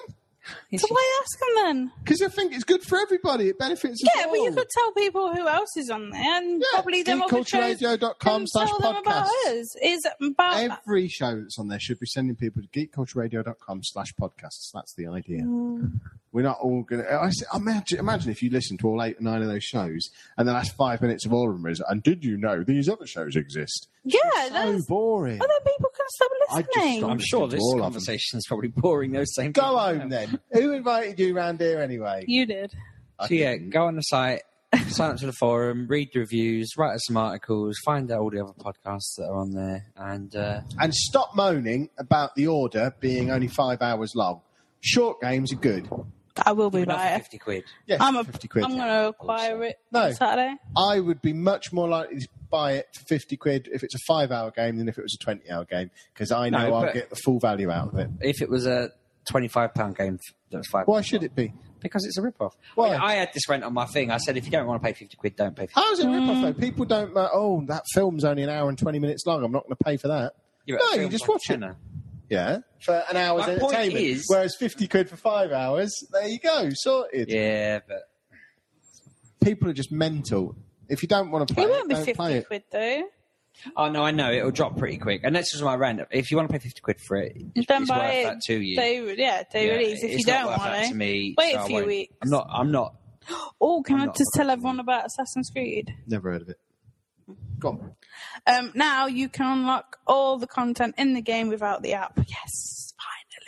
Speaker 3: So why ask them then?
Speaker 1: because I think it's good for everybody. It benefits us
Speaker 3: Yeah, but you
Speaker 1: all.
Speaker 3: could tell people who else is on there, and
Speaker 1: Yeah,
Speaker 3: probably them other shows.
Speaker 1: geekcultureradio.com
Speaker 3: can
Speaker 1: slash
Speaker 3: tell them about
Speaker 1: podcasts.
Speaker 3: us. uh, Is about
Speaker 1: Every show that's on there should be sending people to geekcultureradio.com slash podcasts. That's the idea. We're not all going to. Imagine, imagine if you listen to all eight or nine of those shows and the last five minutes of all of them is, and did you know these other shows exist?
Speaker 3: yeah.
Speaker 1: so
Speaker 3: That's,
Speaker 1: boring.
Speaker 3: other people can stop
Speaker 1: I just
Speaker 3: listening.
Speaker 1: stopped.
Speaker 2: I'm sure this
Speaker 1: All of them.
Speaker 2: conversation is probably boring those same
Speaker 1: Go
Speaker 2: people.
Speaker 1: home then. Who invited you round here anyway?
Speaker 3: you did.
Speaker 2: So yeah, go on the site, sign up to the forum, read the reviews, write us some articles, find out all the other podcasts that are on there, and uh,
Speaker 1: And stop moaning about the order being only five hours long. Short games are good.
Speaker 3: I will be
Speaker 2: give it another
Speaker 3: right.
Speaker 2: fifty quid.
Speaker 1: Yes,
Speaker 3: I'm a.
Speaker 1: 50 quid.
Speaker 3: I'm going to acquire it
Speaker 1: No.
Speaker 3: on Saturday.
Speaker 1: I would be much more likely to buy it for 50 quid if it's a five hour game than if it was a 20 hour game because I know
Speaker 2: No,
Speaker 1: I'll
Speaker 2: but-
Speaker 1: get the full value out of it.
Speaker 2: If it was a twenty-five pound game, that's five.
Speaker 1: Why should it be?
Speaker 2: Because it's a rip-off.
Speaker 1: Why?
Speaker 2: I, mean, I had this rent on my thing. I said, if you don't want to pay fifty quid, don't pay. 50.
Speaker 1: How's it rip off though?
Speaker 3: Mm.
Speaker 1: People don't, uh, oh, that film's only an hour and 20 minutes long. I'm not going to pay for that.
Speaker 2: quid.
Speaker 1: no, you just watch it. Yeah. For an hour's
Speaker 2: My point
Speaker 1: entertainment.
Speaker 2: is-
Speaker 1: Whereas 50 quid for five hours, there you go, sorted.
Speaker 2: Yeah, but
Speaker 1: people are just mental. If you don't want to play
Speaker 3: It
Speaker 1: it,
Speaker 3: won't be
Speaker 1: don't play
Speaker 3: fifty
Speaker 1: it.
Speaker 3: quid though.
Speaker 2: oh no, I know it'll drop pretty quick. And that's just my rent. If you want to pay fifty quid for it, it's,
Speaker 3: Then
Speaker 2: it's
Speaker 3: buy
Speaker 2: worth
Speaker 3: it.
Speaker 2: that to you.
Speaker 3: They, yeah, they
Speaker 2: Yeah,
Speaker 3: release if
Speaker 2: it's
Speaker 3: you
Speaker 2: not
Speaker 3: don't
Speaker 2: worth
Speaker 3: want
Speaker 2: that
Speaker 3: it.
Speaker 2: to me,
Speaker 3: Wait
Speaker 2: so
Speaker 3: a
Speaker 2: I
Speaker 3: few
Speaker 2: won't.
Speaker 3: weeks.
Speaker 2: I'm not. I'm not
Speaker 3: Oh, can
Speaker 2: I'm
Speaker 3: I
Speaker 2: not
Speaker 3: just tell
Speaker 2: watching
Speaker 3: everyone about Assassin's Creed?
Speaker 1: Never heard of it. Go on.
Speaker 3: Um, now you can unlock all the content in the game without the app. Yes,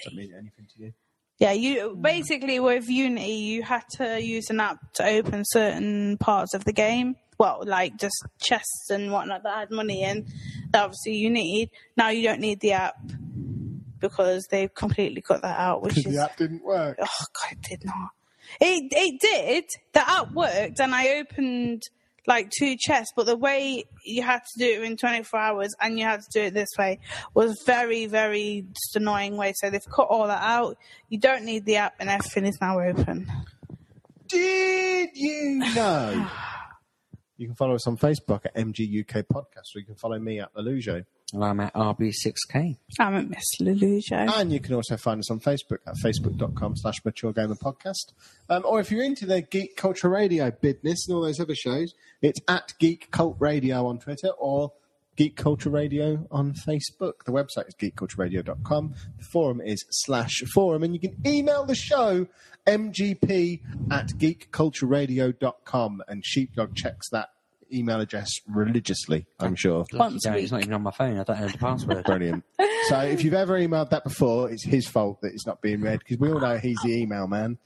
Speaker 3: finally.
Speaker 1: Mean anything to you?
Speaker 3: Yeah, you
Speaker 2: Hmm.
Speaker 3: basically with Unity, you had to use an app to open certain parts of the game. Well, like just chests and whatnot that had money in that obviously you need. Now you don't need the app because they've completely cut that out, which is
Speaker 1: The app didn't work.
Speaker 3: oh god, it did not. It it did. The app worked, and I opened like two chests, but the way you had to do it in 24 hours and you had to do it this way was very, very just annoying way. So they've cut all that out. You don't need the app, and everything is now open.
Speaker 1: Did you know? you can follow us on Facebook at MG UK Podcast, or you can follow me at Lelujo.
Speaker 2: And I'm at RB6K.
Speaker 3: I'm at Miss Lelujo.
Speaker 1: And you can also find us on Facebook at facebook.com slash mature gamer podcast. Um, or if you're into the geek culture radio business and all those other shows, it's at geek cult radio on Twitter or geek culture radio on Facebook. The website is geekcultureradio.com. The forum is slash forum. And you can email the show mgp at geekcultureradio.com. And Sheepdog checks that email address religiously, I'm sure.
Speaker 3: Once
Speaker 2: Damn it,
Speaker 3: a
Speaker 2: It's not even on my phone. I don't know the password.
Speaker 1: Brilliant. So if you've ever emailed that before, it's his fault that it's not being read because we all know he's the email man,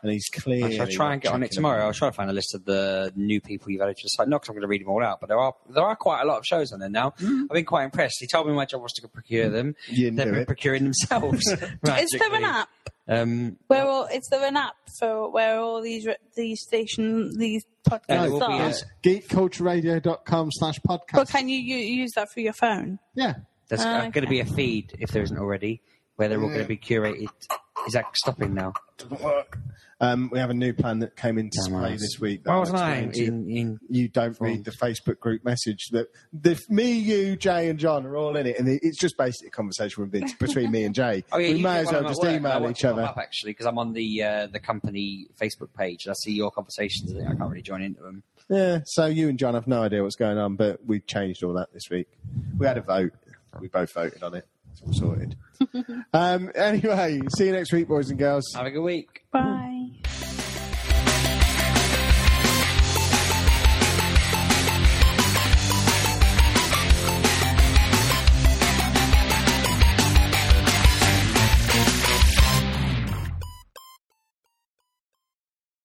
Speaker 1: and he's clearly.
Speaker 2: I'll try and get on it tomorrow. I'll try to find a list of the new people you've added to the site. Not because I'm going to read them all out, but there are there are quite a lot of shows on there now.
Speaker 3: Mm.
Speaker 2: I've been quite impressed. He told me my job was to procure them.
Speaker 1: You didn't
Speaker 2: They've
Speaker 1: do
Speaker 2: been
Speaker 1: it.
Speaker 2: procuring themselves.
Speaker 3: Is there an
Speaker 2: magically.
Speaker 3: app?
Speaker 2: Um,
Speaker 3: Where all, is there an app for where all these re- these station these
Speaker 2: it
Speaker 3: podcasts
Speaker 2: will be
Speaker 3: are?
Speaker 2: us.
Speaker 1: Geekcultureradio.com slash
Speaker 3: But
Speaker 1: podcast.
Speaker 3: can you, you use that for your phone?
Speaker 1: Yeah.
Speaker 2: there's
Speaker 3: Ah,
Speaker 2: going to be a feed if there isn't already, where they're all going
Speaker 1: Yeah.
Speaker 2: to be curated. Is that stopping now?
Speaker 1: Doesn't work. Um, we have a new plan that came into
Speaker 2: Damn
Speaker 1: play
Speaker 2: right.
Speaker 1: this week. that
Speaker 2: Why
Speaker 1: I'll
Speaker 2: wasn't I
Speaker 1: explain to you.
Speaker 2: in, in
Speaker 1: You don't read the Facebook group message that the, me, you, Jay, and John are all in it, and it- it's just basically a conversation with Vince between me and Jay.
Speaker 2: Oh, yeah,
Speaker 1: we
Speaker 2: you
Speaker 1: may as
Speaker 2: do one
Speaker 1: well
Speaker 2: at
Speaker 1: just
Speaker 2: work, and I
Speaker 1: email
Speaker 2: watch
Speaker 1: each
Speaker 2: them pop
Speaker 1: other.
Speaker 2: Up, actually, because I'm on the uh, the company Facebook page. and I see your conversations. And I can't really join into them.
Speaker 1: Yeah, so you and John have no idea what's going on, but we changed all that this week. We had a vote. We both voted on it. It's all sorted. um, anyway, see you next week, boys and girls.
Speaker 2: Have a good week.
Speaker 3: Bye.